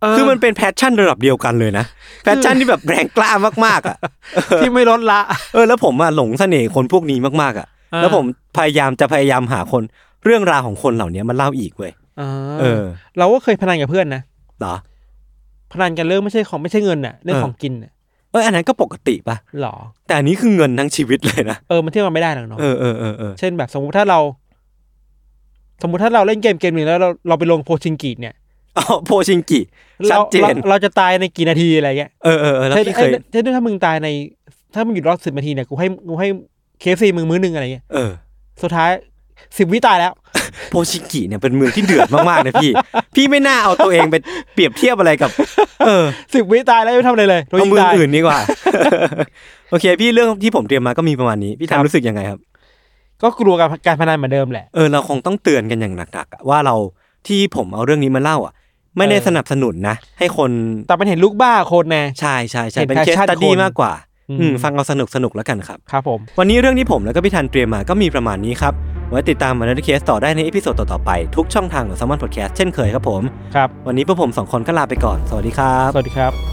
S3: เ
S2: คือมันเป็นแพชชั่นระดับเดียวกันเลยนะ แพชชั่นที่แบบแรงกล้ามากๆอ่ะ
S3: ที่ไม่ลดละ
S2: เออแล้วผมอ่ะหลงเสน่ห์คนพวกนี้มากๆอ่ะ
S3: อ่า
S2: แล้วผมพยายามจะพยายามหาคนเรื่องราวของคนเหล่านี้มาเล่าอีกเว้ยเออ
S3: เราก็เคยพนันกับเพื่อนนะ
S2: เหรอ
S3: พนันกันเรื่องไม่ใช่ของไม่ใช่เงินน่ะเรื่องของกินน่ะ
S2: เอออันนั้นก็ปกติปะ
S3: หรอ
S2: แต่อันนี้คือเงินทั้งชีวิตเลยนะ
S3: เออมันเทียบกันไม่ได้หรอกเนาะ
S2: เออเออเออเออ
S3: เช่นแบบสมมุติถ้าเรา สมมุติถ้าเราเล่นเกมเกมหนึ่งแล้วเราเราไปลงโพชิงกีดเนี่ย
S2: อ๋อโพชิงกิชัดเจน
S3: เราเราจะตายในกี่นาทีอะไรเงี้ย
S2: เออเออเออแล้ว
S3: เช่น
S2: พี่เค
S3: เอ้
S2: ย
S3: ยเช่นถ้ามึงตายใน ถ้ามึงหยุดรอดสิบนาทีเนี่ยกูให้กูให้เคฟซีมึงมื้อหนึงอะไรเงี้ย
S2: เออ
S3: สุดท้ายสิบวิตายแล้ว
S2: โพชิงกิเนี่ยเป็นเมืองที่เดือดมากๆนะพี่ พี่ไม่น่าเอาตัวเองไปเปรียบเทียบอะไรกับ เออ
S3: สิบวิตายแล้วไม่ทำอะไร เลยโดน
S2: เอา
S3: ยิง
S2: เมือง
S3: ตาย
S2: อื่นดีกว่า โอเค พี่เรื่องที่ผมเตรียมมาก็มีประมาณนี้พี่ทำรู้สึกยังไงครับ
S3: ก็กลัวกับการพนันเหมือนเดิมแหละ
S2: เออเราคงต้องเตือนกันอย่างหนักๆอะว่าเราที่ผมเอาเรื่องนี้มาเล่าอ่ะ ไม่ได้
S3: เออ
S2: สนับสนุนนะให้คน
S3: แต่มันเห็นลูกบ้าโคนแน่
S2: ใช่ใช่ใช่
S3: เห็น
S2: เป็นเคส
S3: passion
S2: ตัดดี้
S3: คน
S2: มากกว่า
S3: อืม
S2: อืมฟังเอาสนุกสนุกแล้วกันครับ
S3: ครับผม
S2: วันนี้เรื่องที่ผมแล้วก็พี่ทันเตรียมมาก็มีประมาณนี้ครับ ไว้ติดตามมาในเคสต่อได้ในเอพิโซดต่อๆไป ทุกช่องทางของ s ซ m มอนพอดแคสต์เช่นเคยครับผม
S3: ครับ
S2: วันนี้พวกผมสองคนก็ลาไปก่อน สวัสดีครับ
S3: สวัสดีครับ